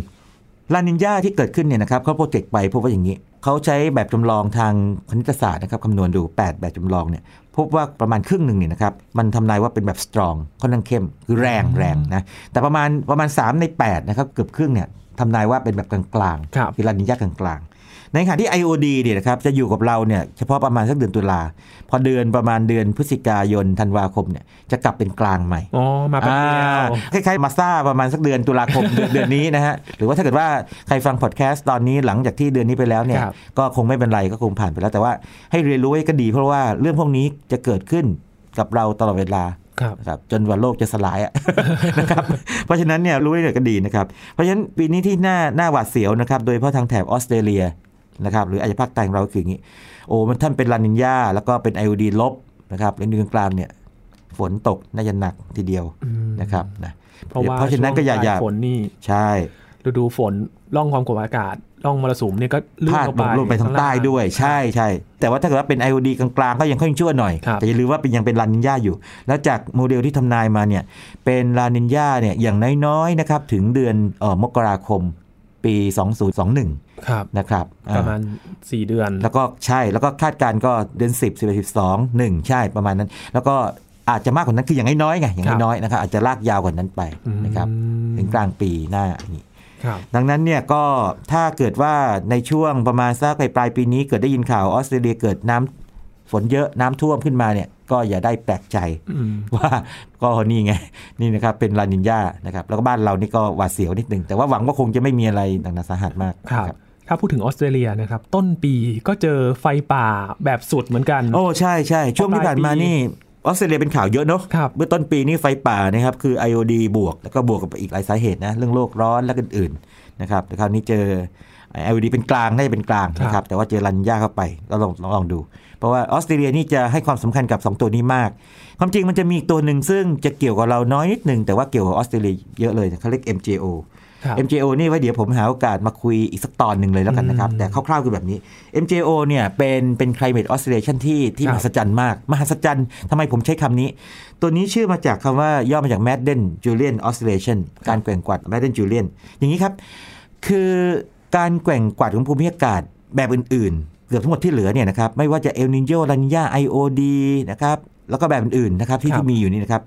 [SPEAKER 2] ลานินยาที่เกิดขึ้นเนี่ยนะครับเขาโปรเจกต์ไปพบว่าอย่างนี้เขาใช้แบบจำลองทางคณิตศาสตร์นะครับคำนวณดูแปดแบบจำลองเนี่ยพบว่าประมาณครึ่งหนึ่งเนี่ยนะครับมันทำนายว่าเป็นแบบสตรองค่อนข้างเข้มคือแรงแรงนะแต่ประมาณประมาณ 3 ใน 8 นะครับเกือบครึ่งเนี่ยทำนายว่าเป็นแบบกลาง
[SPEAKER 1] ครับ
[SPEAKER 2] ๆคือลานินยากลางๆ ในขณะที่ IOD เนี่ยนะครับจะอยู่กับเราเนี่ยเฉพาะประมาณสักเดือนตุลา พอเดือนประมาณเดือนพฤศจิกายนธันวาคมเนี่ยจะกลับเป็นกลางใหม่
[SPEAKER 1] อ๋อ มาแป๊บ
[SPEAKER 2] อ่า
[SPEAKER 1] เดียว
[SPEAKER 2] คล้ายๆมาซ่าประมาณสักเดือนตุลาคม เดือนเดือนนี้นะฮะหรือว่าถ้าเกิดว่าใครฟังพอดแคสต์ตอนนี้หลังจากที่เดือนนี้ไปแล้วเนี่ย
[SPEAKER 1] ครับ
[SPEAKER 2] ก็คงไม่เป็นไรก็คงผ่านไปแล้วแต่ว่าให้เรียนรู้ไว้ก็ดี เพราะว่าเรื่องพวกนี้จะเกิดขึ้นกับเราตลอดเวลา
[SPEAKER 1] ครับ
[SPEAKER 2] นะครับ จนวันโลกจะสลายอะ นะครับเพราะฉะนั้นเนี่ยรู้ไว้เลยก็ดีนะครับเพราะฉะนั้นปีนี้ที่หน้าหน้าหวาดเสียวนะครับโดยเฉพาะทางแถบออสเตรเลียนะครับหรืออาจจะภาคใต้ของเราก็คืออย่างนี้ โอ้มันท่านเป็นลานินญาแล้วก็เป็นไอโอดีลบนะครับในเดือนกลางเนี่ยฝนตกน่าจะหนักทีเดียว
[SPEAKER 1] อืม
[SPEAKER 2] นะครับนะ
[SPEAKER 1] เพราะว่า
[SPEAKER 2] เพราะฉะนั้นก็อย่า
[SPEAKER 1] ช่วง
[SPEAKER 2] อย่า
[SPEAKER 1] ปลฝนนี่
[SPEAKER 2] ใช่
[SPEAKER 1] ฤดูฝนร่องความกดอากาศร่องมรสุมเนี่ยก็
[SPEAKER 2] พ
[SPEAKER 1] เลื่อน
[SPEAKER 2] ลาด
[SPEAKER 1] ลงไป
[SPEAKER 2] ลงไปทางใต้ด้วยใช่ใช่แต่ว่าถ้าเกิดว่าเป็น IOD กลางๆก็ยังค่อยชั่วหน่อย
[SPEAKER 1] ครับ
[SPEAKER 2] แต่อย่าลืมว่าเป็นยังเป็นลานินญาอยู่ แล้วจากโมเดลที่ทำนายมาเนี่ย เป็นลานินญาเนี่ยอย่างน้อยๆนะครับ ถึงเดือนเออมกราคมปี 2021
[SPEAKER 1] ครับ
[SPEAKER 2] นะครับอ่า
[SPEAKER 1] ประมาณ 4 เดือน
[SPEAKER 2] แล้วก็ใช่แล้วก็คาดการณ์ก็เดือน 10 11 12 1 ใช่ประมาณนั้น แล้วก็อาจจะมากกว่านั้นคืออย่างน้อยๆไงอย่างน้อยๆนะครับอาจจะลากยาวกว่านั้นไปนะครับ
[SPEAKER 1] อืม
[SPEAKER 2] ถึงกลางปีหน้าอย่างนี้
[SPEAKER 1] ครับ
[SPEAKER 2] ดังนั้นเนี่ยก็ถ้าเกิดว่าในช่วงประมาณสักปลายปลายๆปีนี้เกิดได้ยินข่าวออสเตรเลียเกิดน้ำฝนเยอะน้ำท่วมขึ้นมาเนี่ยก็อย่าได้แปลกใจ
[SPEAKER 1] อืม
[SPEAKER 2] ว่าก็นี่ไง นี่นะครับ เป็นลานินยานะครับ แล้วก็บ้านเรานี่ก็หวาดเสียวนิดหนึ่ง แต่ว่าหวังว่าคงจะไม่มีอะไรหนักหนาสาหัสมาก
[SPEAKER 1] ครับ
[SPEAKER 2] ครับ
[SPEAKER 1] ถ้าพูดถึงออสเตรเลียนะครับ ต้นปีก็เจอไฟป่าแบบสุดเหมือนกัน
[SPEAKER 2] โอ้ ใช่ใช่ช่วงที่ผ่านมานี่ออสเตรเลียเป็นข่าวเยอะเนอะ
[SPEAKER 1] ครับ
[SPEAKER 2] เมื่อต้นปีนี่ไฟป่านะครับ คือ IOD บวก แล้วก็บวกกับอีกหลายสาเหตุนะ เรื่องโลกร้อนและอื่นๆนะครับแต่คราวนี้เจอ IOD เป็นกลางน่าจะเป็นกลางนะค
[SPEAKER 1] ครั
[SPEAKER 2] รับ
[SPEAKER 1] บ
[SPEAKER 2] แต่ว่าเจอลานินยาเข้าไปก็ลองลองลองดู เพราะว่าออสเตรเลียนี่จะให้ความสำคัญกับสองตัวนี้มาก ความจริงมันจะมีอีกตัวหนึ่งซึ่งจะเกี่ยวกับเราน้อยนิดหนึ่งแต่ว่าเกี่ยวกับออสเตรเลียเยอะเลยเขาเรียก MJO
[SPEAKER 1] ครับ
[SPEAKER 2] MJO นี่ไว้เดี๋ยวผมหาโอกาสมาคุยอีกสักตอนหนึ่งเลยแล้วกันนะครับ
[SPEAKER 1] อืม
[SPEAKER 2] แต่คร่าวๆคือแบบนี้ MJO เนี่ยเป็นเป็น climate oscillation ที่ที่
[SPEAKER 1] ครั
[SPEAKER 2] ม
[SPEAKER 1] บ
[SPEAKER 2] หัศจรรย์มาก มหัศจรรย์ทำไมผมใช้คำนี้ ตัวนี้ชื่อมาจากคำว่าย่อมาจาก Madden Julian oscillation การแกว่งกวัด Madden Julian อย่างนี้ครับ คือการแกว่งกวัดของภูมิอากาศแบบอื่นๆ เกือบทั้งหมดที่เหลือเนี่ยนะครับไม่ว่าจะเอลนิโยลานิยา IOD นะครับแล้วก็แบบอื่นๆนะครับที่
[SPEAKER 1] ครับ
[SPEAKER 2] ที่มีอยู่นี่นะครับ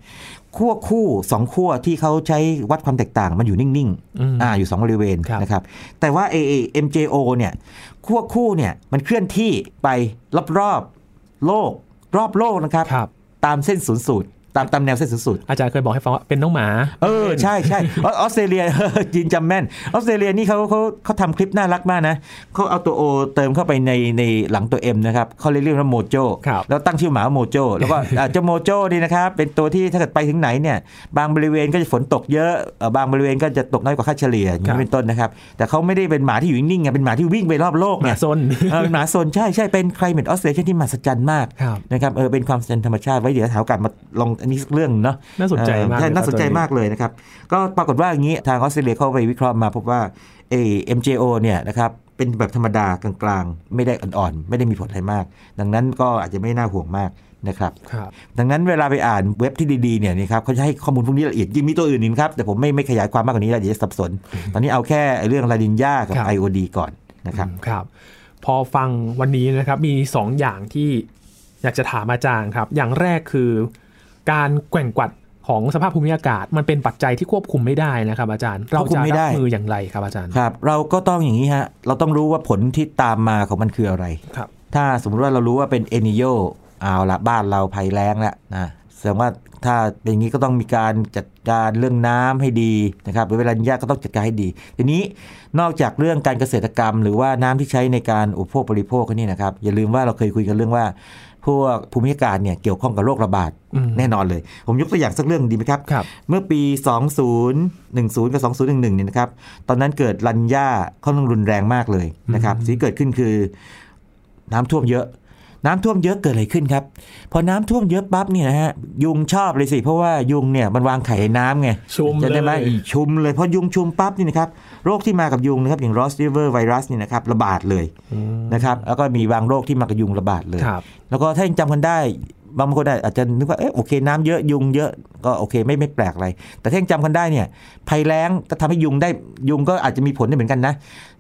[SPEAKER 2] ขั้วคู่สองขั้วที่เขาใช้วัดความแตกต่างมันอยู่นิ่งๆ
[SPEAKER 1] อืม
[SPEAKER 2] อ่าอยู่ 2 บริเวณ
[SPEAKER 1] ครับ
[SPEAKER 2] นะครับ แต่ว่า a a MJO เนี่ยขั้วคู่เนี่ยมันเคลื่อนที่ไปรอบๆโลก รอบโลกนะครับ
[SPEAKER 1] ครับ
[SPEAKER 2] ตามเส้นศูนย์สูตร ตามตามแนวเส้นศูนย์สูตร
[SPEAKER 1] อาจารย์เคยบอกให้ฟังว่าเป็นน้องหมา
[SPEAKER 2] เออ ใช่ใช่ ออออสเตรเลีย จีนจำแม่น ออสเตรเลียนี่เขาเขาเขาทำคลิปน่ารักมากนะเขาเอาตัวโอเติมเข้าไปในในหลังตัว M นะครับเขาเรียกเรียกว่าโมโจ
[SPEAKER 1] ครับ
[SPEAKER 2] แล้วตั้งชื่อหมาว่าโมโจแล้ว ก็ อ่ะเจ้าโมโจนี่นะครับ เป็นตัวที่ถ้าเกิดไปถึงไหนเนี่ย บางบริเวณก็จะฝนตกเยอะเอ่อบางบริเวณก็จะตกน้อยกว่าค่าเฉลี่ยอย่างนี้เป็นต้นนะครับ แต่เขาไม่ได้เป็นหมาที่อยู่นิ่งๆไงเป็นหมาที่วิ่งไปรอบโลก
[SPEAKER 1] ห
[SPEAKER 2] ไง
[SPEAKER 1] มาซน
[SPEAKER 2] เออเป็นหมาโซนใช่ใช่เป็น climate oscillation ที่มหัศจรรย์มาก
[SPEAKER 1] ครับ
[SPEAKER 2] นะครับเออเป็นความสนธรรมชาติไว้เดี๋ยวหาโอกาสมาลองอันนี้สักเรื่องเนาะ
[SPEAKER 1] น่าสนใจมาก
[SPEAKER 2] เออช่
[SPEAKER 1] เลย
[SPEAKER 2] น่าสนใจ
[SPEAKER 1] ครับ
[SPEAKER 2] มากเลยนะครับ ก็ปรากฏว่าอย่างนี้ทางออสเตรเลียเข้าไปวิเคราะห์มาพบว่าเอ MJO เนี่ยนะครับเป็นแบบธรรมดากลางๆ ไม่ได้อ่อนๆ ไม่ได้มีผลอะไรมาก ดังนั้นก็อาจจะไม่น่าห่วงมากนะครับ
[SPEAKER 1] ครับ
[SPEAKER 2] ดังนั้นเวลาไปอ่านเว็บที่ดีๆเนี่ยนะครับเขาจะให้ข้อมูลพวกนี้ละเอียดยิ่งมีตัวอื่นอีกนะครับ แต่ผมไม่ไม่ขยายความมากกว่านี้แล้วเดี๋ยวจะสับสน ตอนนี้เอาแค่เรื่องลาดินยากับ
[SPEAKER 1] ครับ
[SPEAKER 2] IOD ก่อนนะครับ
[SPEAKER 1] อืมครับ พอฟังวันนี้นะครับมี 2 อย่างที่อยากจะถามอาจารย์ครับ อย่างแรกคือ การแกว่งกวัดของสภาพภูมิอากาศ มันเป็นปัจจัยที่ควบคุมไม่ได้นะครับ อาจารย์ เรา
[SPEAKER 2] ควบคุ
[SPEAKER 1] จะ
[SPEAKER 2] มไม่
[SPEAKER 1] รั
[SPEAKER 2] ได้
[SPEAKER 1] บมืออย่างไรครับอาจารย์
[SPEAKER 2] ครับ เราก็ต้องอย่างนี้ฮะ เราต้องรู้ว่าผลที่ตามมาของมันคืออะไร
[SPEAKER 1] ครับ
[SPEAKER 2] ถ้าสมมติว่าเรารู้ว่าเป็นเอนิโยเอาละบ้านเราภัยแล้งแล้วนะแสดงว่าถ้าเป็นอย่างนี้ก็ต้องมีการจัดการเรื่องน้ำให้ดีนะครับเวลาเนี้ยก็ต้องจัดการให้ดี ทีนี้นอกจากเรื่องการเกษตรกรรม หรือว่าน้ำที่ใช้ในการอุปโภคบริโภคกันนี่นะครับอย่าลืมว่าเราเคยคุยกันเรื่องว่า พวกภูมิอากาศเนี่ยเกี่ยวข้องกับโรคระบาด
[SPEAKER 1] อืม
[SPEAKER 2] แน่นอนเลย ผมยกตัวอย่างสักเรื่องดีไหมครับ
[SPEAKER 1] ครับ
[SPEAKER 2] เมื่อปี 2010 กับ 2011 เนี่ยนะครับ ตอนนั้นเกิดลันย่าค่อนข้างรุนแรงมากเลยนะครับสิ่งที่เกิดขึ้นคือ น้ำท่วมเยอะ น้ำท่วมเยอะเกิดอะไรขึ้นครับ พอน้ำท่วมเยอะปั๊บเนี่ยนะฮะ ยุงชอบเลยสิ เพราะว่ายุงเนี่ยมันวางไข่ในน้ำไง
[SPEAKER 1] ชุม
[SPEAKER 2] จะได้ไหม
[SPEAKER 1] เลย
[SPEAKER 2] อีกชุมเลย เพราะยุงชุมปั๊บนี่นะครับ โรคที่มากับยุงนะครับ อย่าง Ross River Virus เนี่ยนะครับ ระบาดเลย
[SPEAKER 1] อืม
[SPEAKER 2] นะครับ แล้วก็มีบางโรคที่มากับยุงระบาดเลย
[SPEAKER 1] ครับ
[SPEAKER 2] แล้วก็ถ้ายังจำกันได้บางคนอาจจะนึกว่าเออโอเคน้ำเยอะยุงเยอะก็โอเคไม่ไม่แปลกอะไร แต่ถ้ายังจำกันได้เนี่ยภัยแล้งก็ทำให้ยุงได้ยุงก็อาจจะมีผลได้เหมือนกันนะ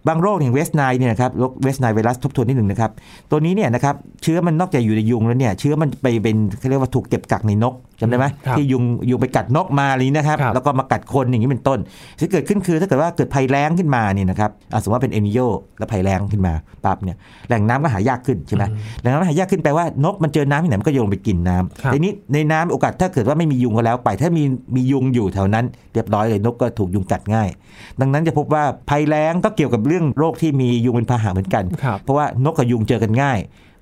[SPEAKER 2] บางโรคอย่างเวสไนเนี่ยนะครับโรคเวสไนไวรัสทบทวนนิดหนึ่งนะครับ ตัวนี้เนี่ยนะครับเชื้อมันนอกจากอยู่ในยุงแล้วเนี่ยเชื้อมันไปเป็นเขาเรียกว่าถูกเก็บกักในนกจำได้ไหม
[SPEAKER 1] ครับ
[SPEAKER 2] ที่ยุงยุงไปกัดนกมาอะไรอย่างนี้นะครับ
[SPEAKER 1] ครับ
[SPEAKER 2] แล้วก็มากัดคนอย่างนี้เป็นต้นที่งเกิดขึ้นคือถ้าเกิดว่าเกิดภัยแล้งขึ้นมาเนี่ยนะครับอ่ะสมมติว่าเป็นเอนิโยแล้วภัยแล้งขึ้นมาปั๊บเนี่ยแหล่งน้ำก็หายากขึ้นใช่ไหม แหล่งน้ำหายากขึ้นแปลว่านกมันเจอน้ำที่ไหนมันก็โยนไปกินน้ำ
[SPEAKER 1] ครับ
[SPEAKER 2] แต่นี้ในน้ำโอกาสถ้าเกิดว่าไม่มียุงก็แล้วไป ถ้ามีมียุงอยู่แถวนั้นเรียบร้อยเลยนกก็ถูกยุงกัดง่าย ดังนั้นจะพบว่าภัยแล้งก็เกี่ยวกับเรื่องโรคที่มียุงเป็นพาหะเหมือนกัน
[SPEAKER 1] ครับ
[SPEAKER 2] เพราะว่านกกับยุงเจอกันง่าย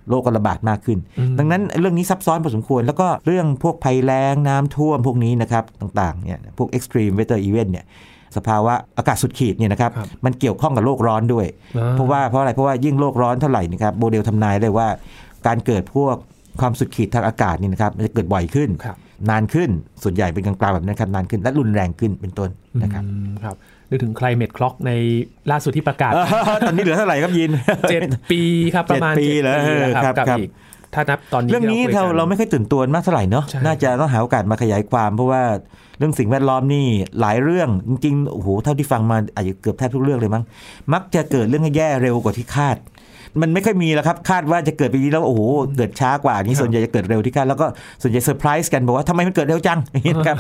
[SPEAKER 2] โรคก็ระบาดมากขึ้น
[SPEAKER 1] อืม
[SPEAKER 2] ดังนั้นเรื่องนี้ซับซ้อนพอสมควร แล้วก็เรื่องพวกภัยแล้งน้ำท่วมพวกนี้นะครับต่างๆเนี่ยพวก extreme weather event เนี่ยสภาวะอากาศสุดขีดเนี่ยนะครับ
[SPEAKER 1] ครับ
[SPEAKER 2] มันเกี่ยวข้องกับโลกร้อนด้วย
[SPEAKER 1] อ่
[SPEAKER 2] เพราะว่าเพราะอะไรเพราะว่ายิ่งโลกร้อนเท่าไหร่นะครับโมเดลทำนายเลยว่า การเกิดพวกความสุดขีดทางอากาศนี่นะครับมันจะเกิดบ่อยขึ้น
[SPEAKER 1] ครับ
[SPEAKER 2] นานขึ้นส่วนใหญ่เป็นกลางๆแบบนั้นครับนานขึ้นและรุนแรงขึ้นเป็นต้นนะครับ
[SPEAKER 1] อืมครับนึกถึง climate clock ในล่าสุดที่ประกาศ
[SPEAKER 2] เอ่อตอนนี้เหลือเท่าไหร่ ครับยิน
[SPEAKER 1] เจ็ดปีครับประมาณ
[SPEAKER 2] เจ็ดปี
[SPEAKER 1] เจ็ด
[SPEAKER 2] แล้ว
[SPEAKER 1] แล้ว
[SPEAKER 2] ครับ
[SPEAKER 1] กับ
[SPEAKER 2] ครับ
[SPEAKER 1] อีกถ้านับตอนนี้
[SPEAKER 2] เรื่องนี้
[SPEAKER 1] คุย
[SPEAKER 2] เรา
[SPEAKER 1] กัน
[SPEAKER 2] เราไม่ค่อยตื่นตัวมากเท่าไหร่เนาะ
[SPEAKER 1] ใช่
[SPEAKER 2] น่าจะต้องหาโอกาสมาขยายความ เพราะว่าเรื่องสิ่งแวดล้อมนี่หลายเรื่องจริงๆโอ้โหเท่าที่ฟังมาอาจจะเกือบแทบทุกเรื่องเลยมั้งมักจะเกิดเรื่องแย่ๆเร็วกว่าที่คาด มันไม่ค่อยมีแล้วครับคาดว่าจะเกิดปีนี้แล้วโอ้โหเกิดช้ากว่านี้ส่วนใหญ่จะเกิดเร็วที่คาดแล้วก็ส่วนใหญ่เซอร์ไพรส์กันบอกว่าทำไมมันเกิดเร็วจังอย่างนี้นะครับ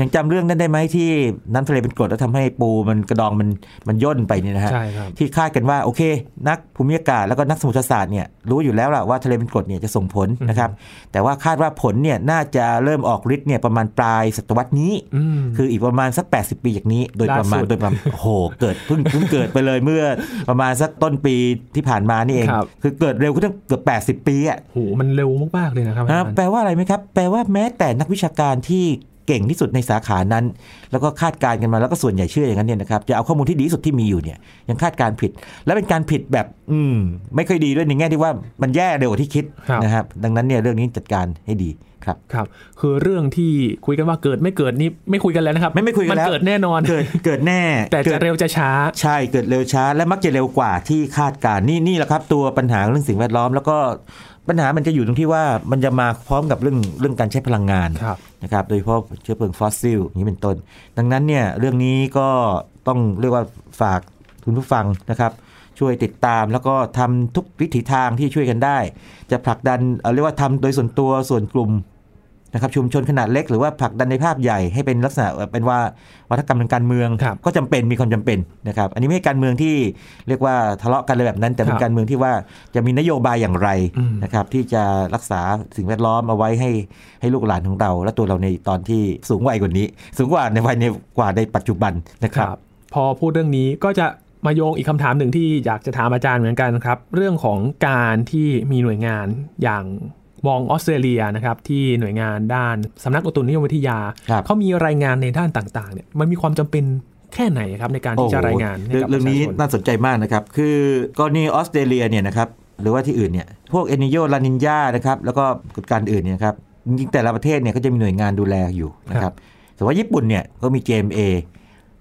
[SPEAKER 2] ยังจำเรื่อง นั้นได้ไหมที่น้ำทะเลเป็นกรดแล้วทำให้ปูมันกระดองมันมันย่นไปเนี่ยนะฮะ
[SPEAKER 1] ใช่ครับ
[SPEAKER 2] ที่คาดกันว่าโอเค นักภูมิอากาศแล้วก็นักสมุทรศาสตร์เนี่ยรู้อยู่แล้วล่ะว่าทะเลเป็นกรดเนี่ยจะส่งผล
[SPEAKER 1] อืม
[SPEAKER 2] นะครับแต่ว่าคาดว่าผลเนี่ยน่าจะเริ่มออกฤทธิ์เนี่ยประมาณปลายศตวรรษนี้
[SPEAKER 1] อืม
[SPEAKER 2] คืออีกประมาณสัก 80 ปีจากนี้ โดยประมาณ
[SPEAKER 1] ล่าสุด
[SPEAKER 2] โดยประมาณโอ้โหเกิดเพิ่งเพิ่งเกิดไปเลยเมื่อประมาณสักต้นปีที่ผ่านมานี่เอง
[SPEAKER 1] ครับ
[SPEAKER 2] คือเกิดเร็วขึ้นตั้งเกือบ80 ปีอ่ะ
[SPEAKER 1] โหมันเร็วมากๆเลยนะครับอา
[SPEAKER 2] นะ
[SPEAKER 1] จารย์
[SPEAKER 2] แปลว่าอะไรไหมครับ แปลว่าแม้แต่นักวิชาการที่เก่งที่สุดในสาขานั้น แล้วก็คาดการณ์กันมาแล้วก็ส่วนใหญ่เชื่ออย่างนั้นเนี่ยนะครับจะเอาข้อมูลที่ดีที่สุดที่มีอยู่เนี่ยยังคาดการณ์ผิด และเป็นการผิดแบบ อืม ไม่ค่อยดีด้วยในแง่ที่ว่ามันแย่เร็วกว่าที่คิด
[SPEAKER 1] ครับ
[SPEAKER 2] นะครับดังนั้นเนี่ยเรื่องนี้จัดการให้ดีครับ
[SPEAKER 1] ครับ คือเรื่องที่คุยกันว่าเกิดไม่เกิดนี่ไม่คุยกันแล้วนะครับ
[SPEAKER 2] ไม่ไม่คุยกันแล้ว
[SPEAKER 1] เกิดแน่นอน
[SPEAKER 2] เกิดเกิดแน่
[SPEAKER 1] แต่
[SPEAKER 2] กิ
[SPEAKER 1] จะ
[SPEAKER 2] ด
[SPEAKER 1] เร็วจะช้า
[SPEAKER 2] ใช่เกิดเร็วช้าและมักจะเร็วกว่าที่คาดการณ์นี่นี่แหละครับ ตัวปัญหาเรื่องสิ่งแวดล้อม แล้วก็ปัญหามันจะอยู่ตรงที่ว่ามันจะมาพร้อมกับเรื่องเรื่องการใช้พลังงาน
[SPEAKER 1] ครับ
[SPEAKER 2] นะครับโดยเฉพาะเชื้อเพลิงฟอสซิลอย่างนี้เป็นต้น ดังนั้นเนี่ยเรื่องนี้ก็ต้องเรียกว่าฝากคุณผู้ฟังนะครับ ช่วยติดตามแล้วก็ทำทุกวิถีทางที่ช่วยกันได้ จะผลักดันเอาเรียกว่าทำโดยส่วนตัวส่วนกลุ่มนะครับชุมชนขนาดเล็กหรือว่าผลักดันในภาพใหญ่ให้เป็นลักษณะเอ่อเป็นว่าวัฒกรรมทางการเมือง
[SPEAKER 1] ครับ
[SPEAKER 2] ก็จำเป็นมีความจำเป็นนะครับ อันนี้ไม่ใช่การเมืองที่เรียกว่าทะเลาะกันเลยแบบนั้น แต่เป็
[SPEAKER 1] คน รับ
[SPEAKER 2] การเมืองที่ว่าจะมีนโยบายอย่างไร
[SPEAKER 1] อืม
[SPEAKER 2] นะครับ ที่จะรักษาสิ่งแวดล้อมเอาไว้ให้ให้ลูกหลานของเรา และตัวเราในตอนที่สูงวัยกว่านี้ สูงกว่าในวัยในกว่าในปัจจุบันนะครับ
[SPEAKER 1] พอพูดเรื่องนี้ก็จะมาโยงอีกคำถามหนึ่งที่อยากจะถามอาจารย์เหมือนกันครับ เรื่องของการที่มีหน่วยงานอย่างมองออสเตรเลียนะครับ ที่หน่วยงานด้านสำนักอุตุนิยมวิทยา
[SPEAKER 2] ครับ
[SPEAKER 1] เขามีรายงานในด้านต่างๆเนี่ยมันมีความจำเป็นแค่ไหนครับในการที่จะรายงาน
[SPEAKER 2] โอ้
[SPEAKER 1] ให้
[SPEAKER 2] โห
[SPEAKER 1] กั
[SPEAKER 2] เรื่อง
[SPEAKER 1] บ
[SPEAKER 2] เรื่องนี้
[SPEAKER 1] ประชาช
[SPEAKER 2] น่าสนใจมากนะครับ คือกรณีออสเตรเลียเนี่ยนะครับหรือว่าที่อื่นเนี่ยพวกเอนิโยลานินญานะครับแล้วก็กฎการอื่นเนี่ยครับจริงๆแต่ละประเทศเนี่ยก็จะมีหน่วยงานดูแลอยู่นะค
[SPEAKER 1] ครั
[SPEAKER 2] รับบ แต่ว่าญี่ปุ่นเนี่ยก็มี JMA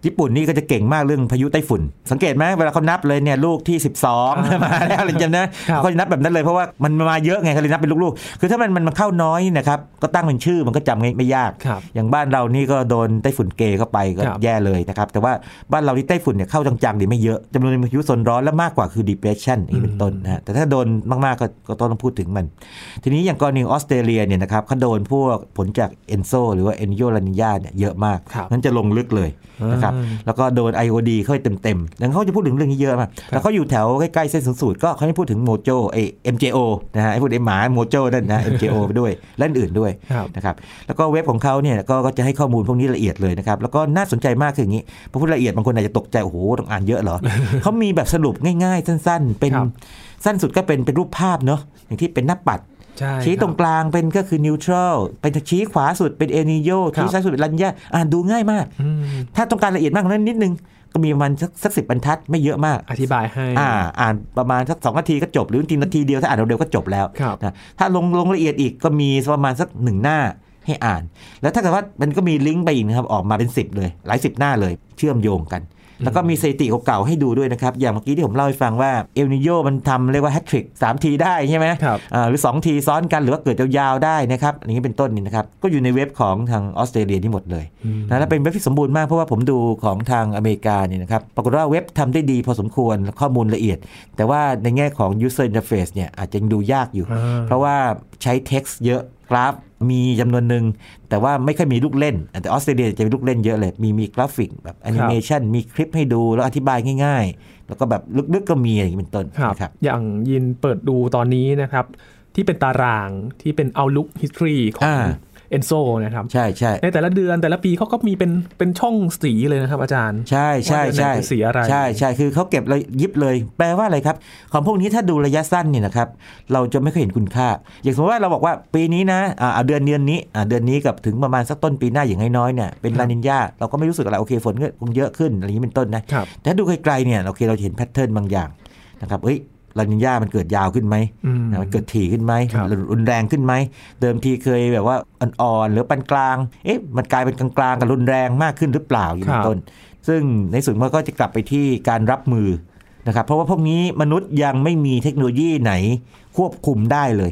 [SPEAKER 2] ญี่ปุ่นนี่ก็จะเก่งมากเรื่องพายุไต้ฝุ่น สังเกตไหมเวลาเขานับเลยเนี่ยลูกที่ 12 มาแล้วอะไรจำนะเขาจะนับแบบนั้นเลยเพราะว่ามันมาเยอะไงเขาเลยนับเป็นลูกๆ คือถ้ามันมันเข้าน้อยเนี่ยนะครับก็ตั้งเป็นชื่อมันก็จำง่ายไม่ยาก
[SPEAKER 1] ครับ
[SPEAKER 2] อย่างบ้านเรานี่ก็โดนไต้ฝุ่นเกเข้าไปก็
[SPEAKER 1] ครับ
[SPEAKER 2] แย่เลยนะครับ แต่ว่าบ้านเราที่ไต้ฝุ่นเนี่ยเข้าจังๆดีไม่เยอะจำนวนในพายุโซนร้อนและมากกว่าคือ depression อย่างนี้เป็นต้นนะฮะแต่ถ้าโดนมากๆก็ก็ต้องพูดถึงมัน ทีนี้อย่างกรณีออสเตรเลียเนี่ยนะครับเขาโดนพวกผลจากเอนโซหรือว่าเอนโยลานิยาเนี่ยเยอะมาก
[SPEAKER 1] ครับ
[SPEAKER 2] นั้นจะลงลึกเลยนะครับ
[SPEAKER 1] อ่า
[SPEAKER 2] แล้วก็โดน IOD เข้าไปเต็มๆดังนั้นเขาจะพูดถึงเรื่องนี้เยอะมากแล้วเขาอยู่แถวใกล้ๆเส้นศูนย์สูตรก็เขาจะพูดถึงโมโจไอ MJO นะฮะไอพวกไอหมาโมโจนั่นนะ MJO ไปด้วยและอื่นๆด้วย
[SPEAKER 1] ครับ
[SPEAKER 2] นะครับแล้วก็เว็บของเขาเนี่ยก็ก็จะให้ข้อมูลพวกนี้ละเอียดเลยนะครับ แล้วก็น่าสนใจมากคืออย่างนี้พอพูดละเอียดบางคนอาจจะตกใจ โอ้โห ต้องอ่านเยอะเหรอ เขามีแบบสรุปง่ายๆ สั้นๆ เป็น
[SPEAKER 1] ครับ
[SPEAKER 2] สั้นสุดก็เป็นเป็นรูปภาพเนาะอย่างที่เป็นหน้าปัด
[SPEAKER 1] ใช่
[SPEAKER 2] ชี้ตรง
[SPEAKER 1] คบ
[SPEAKER 2] กลางเป็นก็คือนิวทรัลเป็นชี้ขวาสุดเป็นเอนิโย
[SPEAKER 1] ครับ
[SPEAKER 2] ชี้ซ้ายสุดเป็นลันยาอ่านดูง่ายมาก
[SPEAKER 1] อืม
[SPEAKER 2] ถ้าต้องการละเอียดมากกว่านั้นนิดนึงก็มีประมาณสักสักสิบบรรทัดไม่เยอะมาก
[SPEAKER 1] อธิบายให้
[SPEAKER 2] อ่าอ่านประมาณสักสองนาทีก็จบ หรือจริงๆนาทีเดียวถ้าอ่านเร็วๆก็จบแล้ว
[SPEAKER 1] ครับ
[SPEAKER 2] นะถ้าลงลงละเอียดอีกก็มีประมาณสักหนึ่งหน้าให้อ่าน แล้วถ้าเกิดว่ามันก็มีลิงก์ไปอีกนะครับ ออกมาเป็น 10 เลย หลายสิบหน้าเลย เชื่อมโยงกัน แล้วก็มีสถิติเก่าๆให้ดูด้วยนะครับ อย่างเมื่อกี้ที่ผมเล่าให้ฟังว่าเอลนิโยมันทำเรียกว่าแฮตทริกสามทีได้ใช่ไหม
[SPEAKER 1] ครับ
[SPEAKER 2] อ่าหรือ 2 ทีซ้อนกันหรือว่าเกิดยาวๆได้นะครับอย่างนี้เป็นต้นนี่นะครับ ก็อยู่ในเว็บของทางออสเตรเลียนี่หมดเลย
[SPEAKER 1] อืม
[SPEAKER 2] นะแล้วเป็นเว็บที่สมบูรณ์มากเพราะว่าผมดูของทางอเมริกานี่นะครับ ปรากฏว่าเว็บทำได้ดีพอสมควรข้อมูลละเอียด แต่ว่าในแง่ของ user interface เนี่ยอาจจะยังดูยากอยู่
[SPEAKER 1] อ่า
[SPEAKER 2] เพราะว่าใช้ text เยอะกราฟมีจำนวนหนึ่ง แต่ว่าไม่ค่อยมีลูกเล่น แต่ออสเตรเลียจะมีลูกเล่นเยอะเลย มีมีกราฟิกแบบแอนิเมชันมีคลิปให้ดูแล้วอธิบายง่าย ๆ แล้วก็แบบลึกๆก็มีอย่างนี้เป็นต้น
[SPEAKER 1] ครับ
[SPEAKER 2] นะครับ
[SPEAKER 1] อย่างยินเปิดดูตอนนี้นะครับ ที่เป็นตารางที่เป็น Outlook History ของ
[SPEAKER 2] อ่า
[SPEAKER 1] เอนโซนะครับ
[SPEAKER 2] ใช่ใช่
[SPEAKER 1] ในแต่ละเดือนแต่ละปีเขาก็มีเป็นเป็นช่องสีเลยนะครับอาจารย์
[SPEAKER 2] ใช่ใช่
[SPEAKER 1] ว่าเดือนไหน
[SPEAKER 2] ใช่
[SPEAKER 1] เป็นสีอะไร
[SPEAKER 2] ใช่ใช่คือเขาเก็บเลยยิบเลย แปลว่าอะไรครับ ของพวกนี้ถ้าดูระยะสั้นเนี่ยนะครับเราจะไม่ค่อยเห็นคุณค่า อย่างสมมติว่าเราบอกว่าปีนี้นะอ่าเอาเดือนเดือนนี้อ่าเดือนนี้กับถึงประมาณสักต้นปีหน้าอย่างน้อยๆเนี่ยเป็นลานินยาเราก็ไม่รู้สึกอะไรโอเคฝนก็คงเยอะขึ้นอะไรอย่างนี้เป็นต้นนะ
[SPEAKER 1] ครับ
[SPEAKER 2] แต่ถ้าดูไกลๆเนี่ยโอเคเราจะเห็นแพทเทิร์นบางอย่างนะครับเอ้ยลานินยามันเกิดยาวขึ้นไหม
[SPEAKER 1] อืม
[SPEAKER 2] นะมันเกิดถี่ขึ้นไหม
[SPEAKER 1] ครับ
[SPEAKER 2] หรือรุนแรงขึ้นไหม เดิมทีเคยแบบว่าอ่อนๆหรือปานกลาง เอ๊ะมันกลายเป็นกลางๆกับรุนแรงมากขึ้นหรือเปล่าอย่างนี้เป็นต้น ซึ่งในสุดมันก็จะกลับไปที่การรับมือนะครับเพราะว่าพวกนี้มนุษย์ยังไม่มีเทคโนโลยีไหนควบคุมได้เลย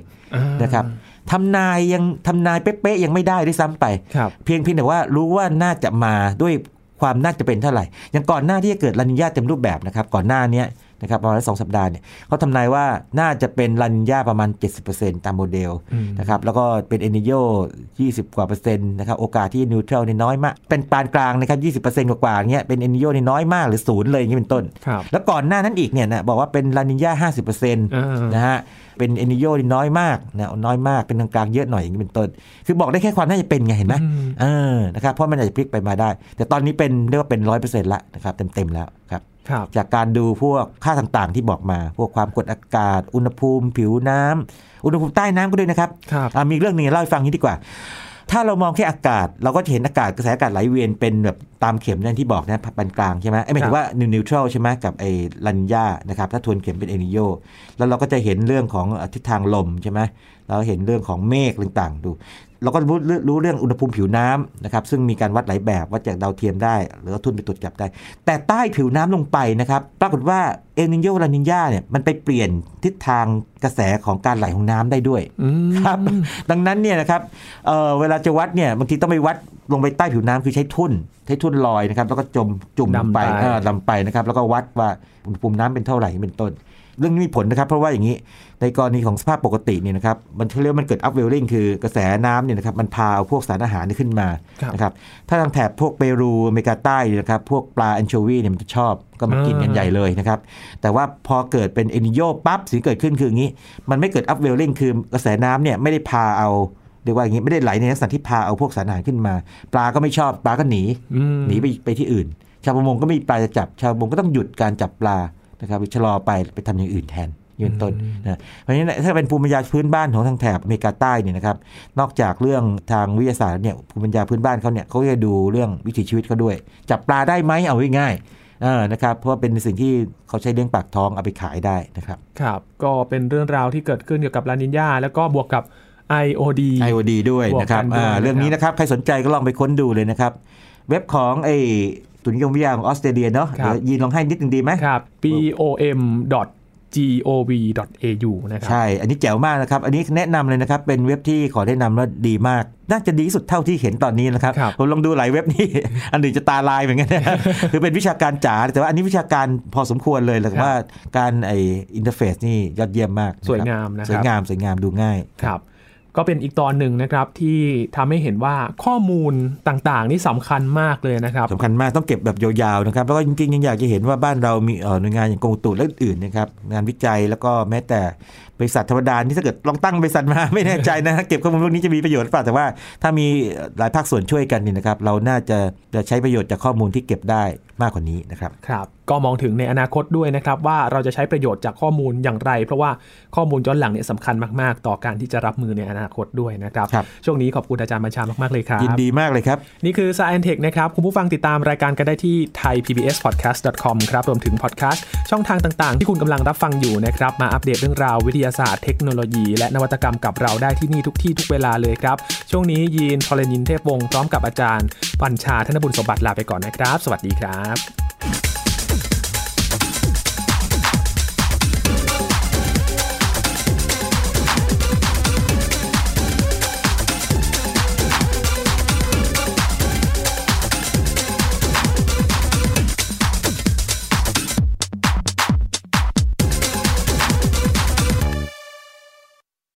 [SPEAKER 2] นะครับทำนายยังทำนายเป๊ะๆยังไม่ได้ด้วยซ้ำไป
[SPEAKER 1] ครับ
[SPEAKER 2] เพียงเพียงแต่ว่ารู้ว่าน่าจะมาด้วยความน่าจะเป็นเท่าไหร่ อย่างก่อนหน้าที่จะเกิดลานินยาเต็มรูปแบบนะครับ ก่อนหน้าเนี้ยนะครับประมาณสองสัปดาห์เนี่ยเขาทำนายว่าน่าจะเป็นลานินยาประมาณ 70%ตามโมเดล
[SPEAKER 1] อืม
[SPEAKER 2] นะครับ แล้วก็เป็นเอนิโย20 กว่าเปอร์เซ็นต์นะครับ โอกาสที่นิวทรัลเนี่ยน้อยมาก เป็นปานกลางนะครับ20%กว่ากว่าๆเนี้ยเป็นเอนิโยเนี่ยน้อยมากหรือศูนย์เลยอย่างนี้เป็นต้น
[SPEAKER 1] ครับ
[SPEAKER 2] แล้วก่อนหน้านั้นอีกเนี่ยนะบอกว่าเป็นลานินยา50%
[SPEAKER 1] อ่า
[SPEAKER 2] นะฮะ เป็นเอนิโยนี่น้อยมากนะน้อยมาก เป็นกลางๆเยอะหน่อยอย่างนี้เป็นต้น คือบอกได้แค่ความน่าจะเป็นไงเห็นไหม
[SPEAKER 1] อืม
[SPEAKER 2] เออนะครับ เพราะมันอาจจะพลิกไปมาได้ แต่ตอนนี้เป็นเรียกว่าเป็นร้อยเปอร์เซ็นต์ละนะครับ เต็มๆแล้วครับ
[SPEAKER 1] ครับ
[SPEAKER 2] จากการดูพวกค่าต่างๆที่บอกมา พวกความกดอากาศ อุณหภูมิ ผิวน้ำ อุณหภูมิใต้น้ำก็ด้วยนะครับ
[SPEAKER 1] ครับ
[SPEAKER 2] อ่ะมีอีกเรื่องหนึงเล่าให้ฟังนี้ดีกว่า ถ้าเรามองแค่อากาศ เราก็จะเห็นอากาศกระแสอากาศไหลเวียนเป็นแบบตามเข็มนั่นที่บอกนะปานกลางใช่ไหมไอ้ยหมายถึงว่านิวนิวทรัลใช่ไหมกับไอ้ลันยานะครับถ้าทวนเข็มเป็นเอนิโยแล้วเราก็จะเห็นเรื่องของเอ่อทิศทางลมใช่ไหมเราเห็นเรื่องของเมฆต่างๆดู เราก็รู้รู้เรื่องอุณหภูมิผิวน้ำนะครับซึ่งมีการวัดหลายแบบวัดจากดาวเทียมได้ หรือว่าทุ่นไปตรวจจับได้ แต่ใต้ผิวน้ำลงไปนะครับปรากฏว่าเอลนิโยลานินยาเนี่ยมันไปเปลี่ยนทิศทางกระแสของการไหลของน้ำได้ด้วย
[SPEAKER 1] อืม
[SPEAKER 2] ครับดังนั้นเนี่ยนะครับเอ่อเวลาจะวัดเนี่ยบางทีต้องไปวัดลงไปใต้ผิวน้ำคือใช้ทุ่น ใช้ทุ่นลอยนะครับแล้วก็จมจุ่ม
[SPEAKER 1] ดำ
[SPEAKER 2] ไป
[SPEAKER 1] ไป
[SPEAKER 2] เออดำไปนะครับแล้วก็วัดว่าอุณหภูมิน้ำเป็นเท่าไหร่เป็นต้น เรื่องนี้มีผลนะครับ เพราะว่าอย่างนี้ในกรณีของสภาพปกติเนี่ยนะครับมันเรียกว่ามันเกิดอัพเวลลิงคือกระแสน้ำเนี่ยนะครับมันพาเอาพวกสารอาหารนี่ขึ้นมา
[SPEAKER 1] ครับ
[SPEAKER 2] นะครับถ้าทางแถบพวกเปรูอเมริกาใต้เนี่ยนะครับพวกปลาแอนโชวีเนี่ยมันจะชอบก็มากินกัน
[SPEAKER 1] อ่า
[SPEAKER 2] ใหญ่เลยนะครับ แต่ว่าพอเกิดเป็นเอนิโยปั๊บสิ่งที่เกิดขึ้นคืออย่างนี้ มันไม่เกิดอัพเวลลิงคือกระแสน้ำเนี่ยไม่ได้พาเอาเรียกว่าอย่างนี้ไม่ได้ไหลในลักษณะที่พาเอาพวกสารอาหารขึ้นมา ปลาก็ไม่ชอบปลาก็หนี
[SPEAKER 1] อืม
[SPEAKER 2] หนีไปไปที่อื่น ชาวประมงก็ไม่มีปลาจะจับ ชาวประมงก็ต้องหยุดการจับปลานะครับหรือชะลอไปไปทำอย่างอื่นแทนยืนต้นนะเพราะฉะนั้นถ้าเป็นภูมิปัญญาพื้นบ้านของทางแถบอเมริกาใต้เนี่ยนะครับ นอกจากเรื่องทางวิทยาศาสตร์เนี่ยภูมิปัญญาพื้นบ้านเขาเนี่ยเขาก็จะดูเรื่องวิถีชีวิตเขาด้วย จับปลาได้ไหมเอาง่ายๆเออนะครับเพราะว่าเป็นสิ่งที่เขาใช้เลี้ยงปากท้องเอาไปขายได้นะครับ
[SPEAKER 1] ครับ ก็เป็นเรื่องราวที่เกิดขึ้นเกี่ยวกับลานินยาแล้วก็บวกกับ IOD
[SPEAKER 2] IOD ด้วยนะครับ
[SPEAKER 1] บวกกันด้วย
[SPEAKER 2] อ่า
[SPEAKER 1] นะครับ
[SPEAKER 2] เรื่องนี้นะครับ ใครสนใจก็ลองไปค้นดูเลยนะครับ เว็บของไอ้ ตุนย์นิยมวิทยาของออสเตรเลียเนาะ
[SPEAKER 1] ครับ
[SPEAKER 2] เดี๋ยวยีนลองให้นิดนึงดีไหม
[SPEAKER 1] ครับ bom.gov.au นะครับ
[SPEAKER 2] ใช่ อันนี้แจ๋วมากนะครับ อันนี้แนะนำเลยนะครับ เป็นเว็บที่ขอแนะนำว่าดีมาก น่าจะดีที่สุดเท่าที่เห็นตอนนี้นะครับ
[SPEAKER 1] ครับ
[SPEAKER 2] ผมลองดูหลายเว็บนี่ อันหนึ่งจะตาลายเหมือนกันนะ คือเป็นวิชาการจ๋า แต่ว่าอันนี้วิชาการพอสมควรเลยแต่
[SPEAKER 1] ครับ
[SPEAKER 2] ว่าการไออินเทอร์เฟซนี่ยอดเยี่ยมมาก
[SPEAKER 1] สวยงามนะครับ
[SPEAKER 2] สวยงาม สวยงามดูง่าย
[SPEAKER 1] ครับ ก็เป็นอีกตอนหนึ่งนะครับที่ทำให้เห็นว่าข้อมูลต่างๆ นี่สำคัญมากเลยนะครับ
[SPEAKER 2] สำคัญมากต้องเก็บแบบยาวๆนะครับแล้วก็จริงๆยังอยากจะเห็นว่าบ้านเรามีเอ่อหน่วยงานอย่างกรมอุตุและอื่นๆนะครับงานวิจัยแล้วก็แม้แต่บริษัทธรรมดานี่ถ้าเกิดลองตั้งบริษัทมา ไม่แน่ใจนะ เก็บข้อมูลพวกนี้จะมีประโยชน์หรือเปล่าแต่ว่าถ้ามีหลายภาคส่วนช่วยกันเนี่ยนะครับ เราน่าจะจะใช้ประโยชน์จากข้อมูลที่เก็บได้มากกว่านี้นะครับ
[SPEAKER 1] ครับก็มองถึงในอนาคตด้วยนะครับว่าเราจะใช้ประโยชน์จากข้อมูลอย่างไร เพราะว่าข้อมูลย้อนหลังเนี่ยสำคัญมาก ๆ ต่อการที่จะรับมือในอนาคตด้วยนะครับ
[SPEAKER 2] ครับ
[SPEAKER 1] ช่วงนี้ขอบคุณอาจารย์บัญชามาก ๆ เลยครับ
[SPEAKER 2] ยินดีมากเลยครับ
[SPEAKER 1] นี่คือ Science Tech นะครับ คุณผู้ฟังติดตามรายการกันได้ที่ thaipbspodcast.com ครับ รวมถึงพอดแคสต์ช่องทางต่างๆ ที่คุณกำลังรับฟังอยู่นะครับ มาอัปเดตเรื่องราววิทยาศาสตร์เทคโนโลยี และนวัตกรรมกับเราได้ที่นี่ทุกที่ทุกเวลาเลยครับ ช่วงนี้ยีนทรณินเทพวงศ์พร้อมกับอาจารย์ปัญชาธนบุญสมบัติลาไปก่อนนะครับ สวัสดีครับ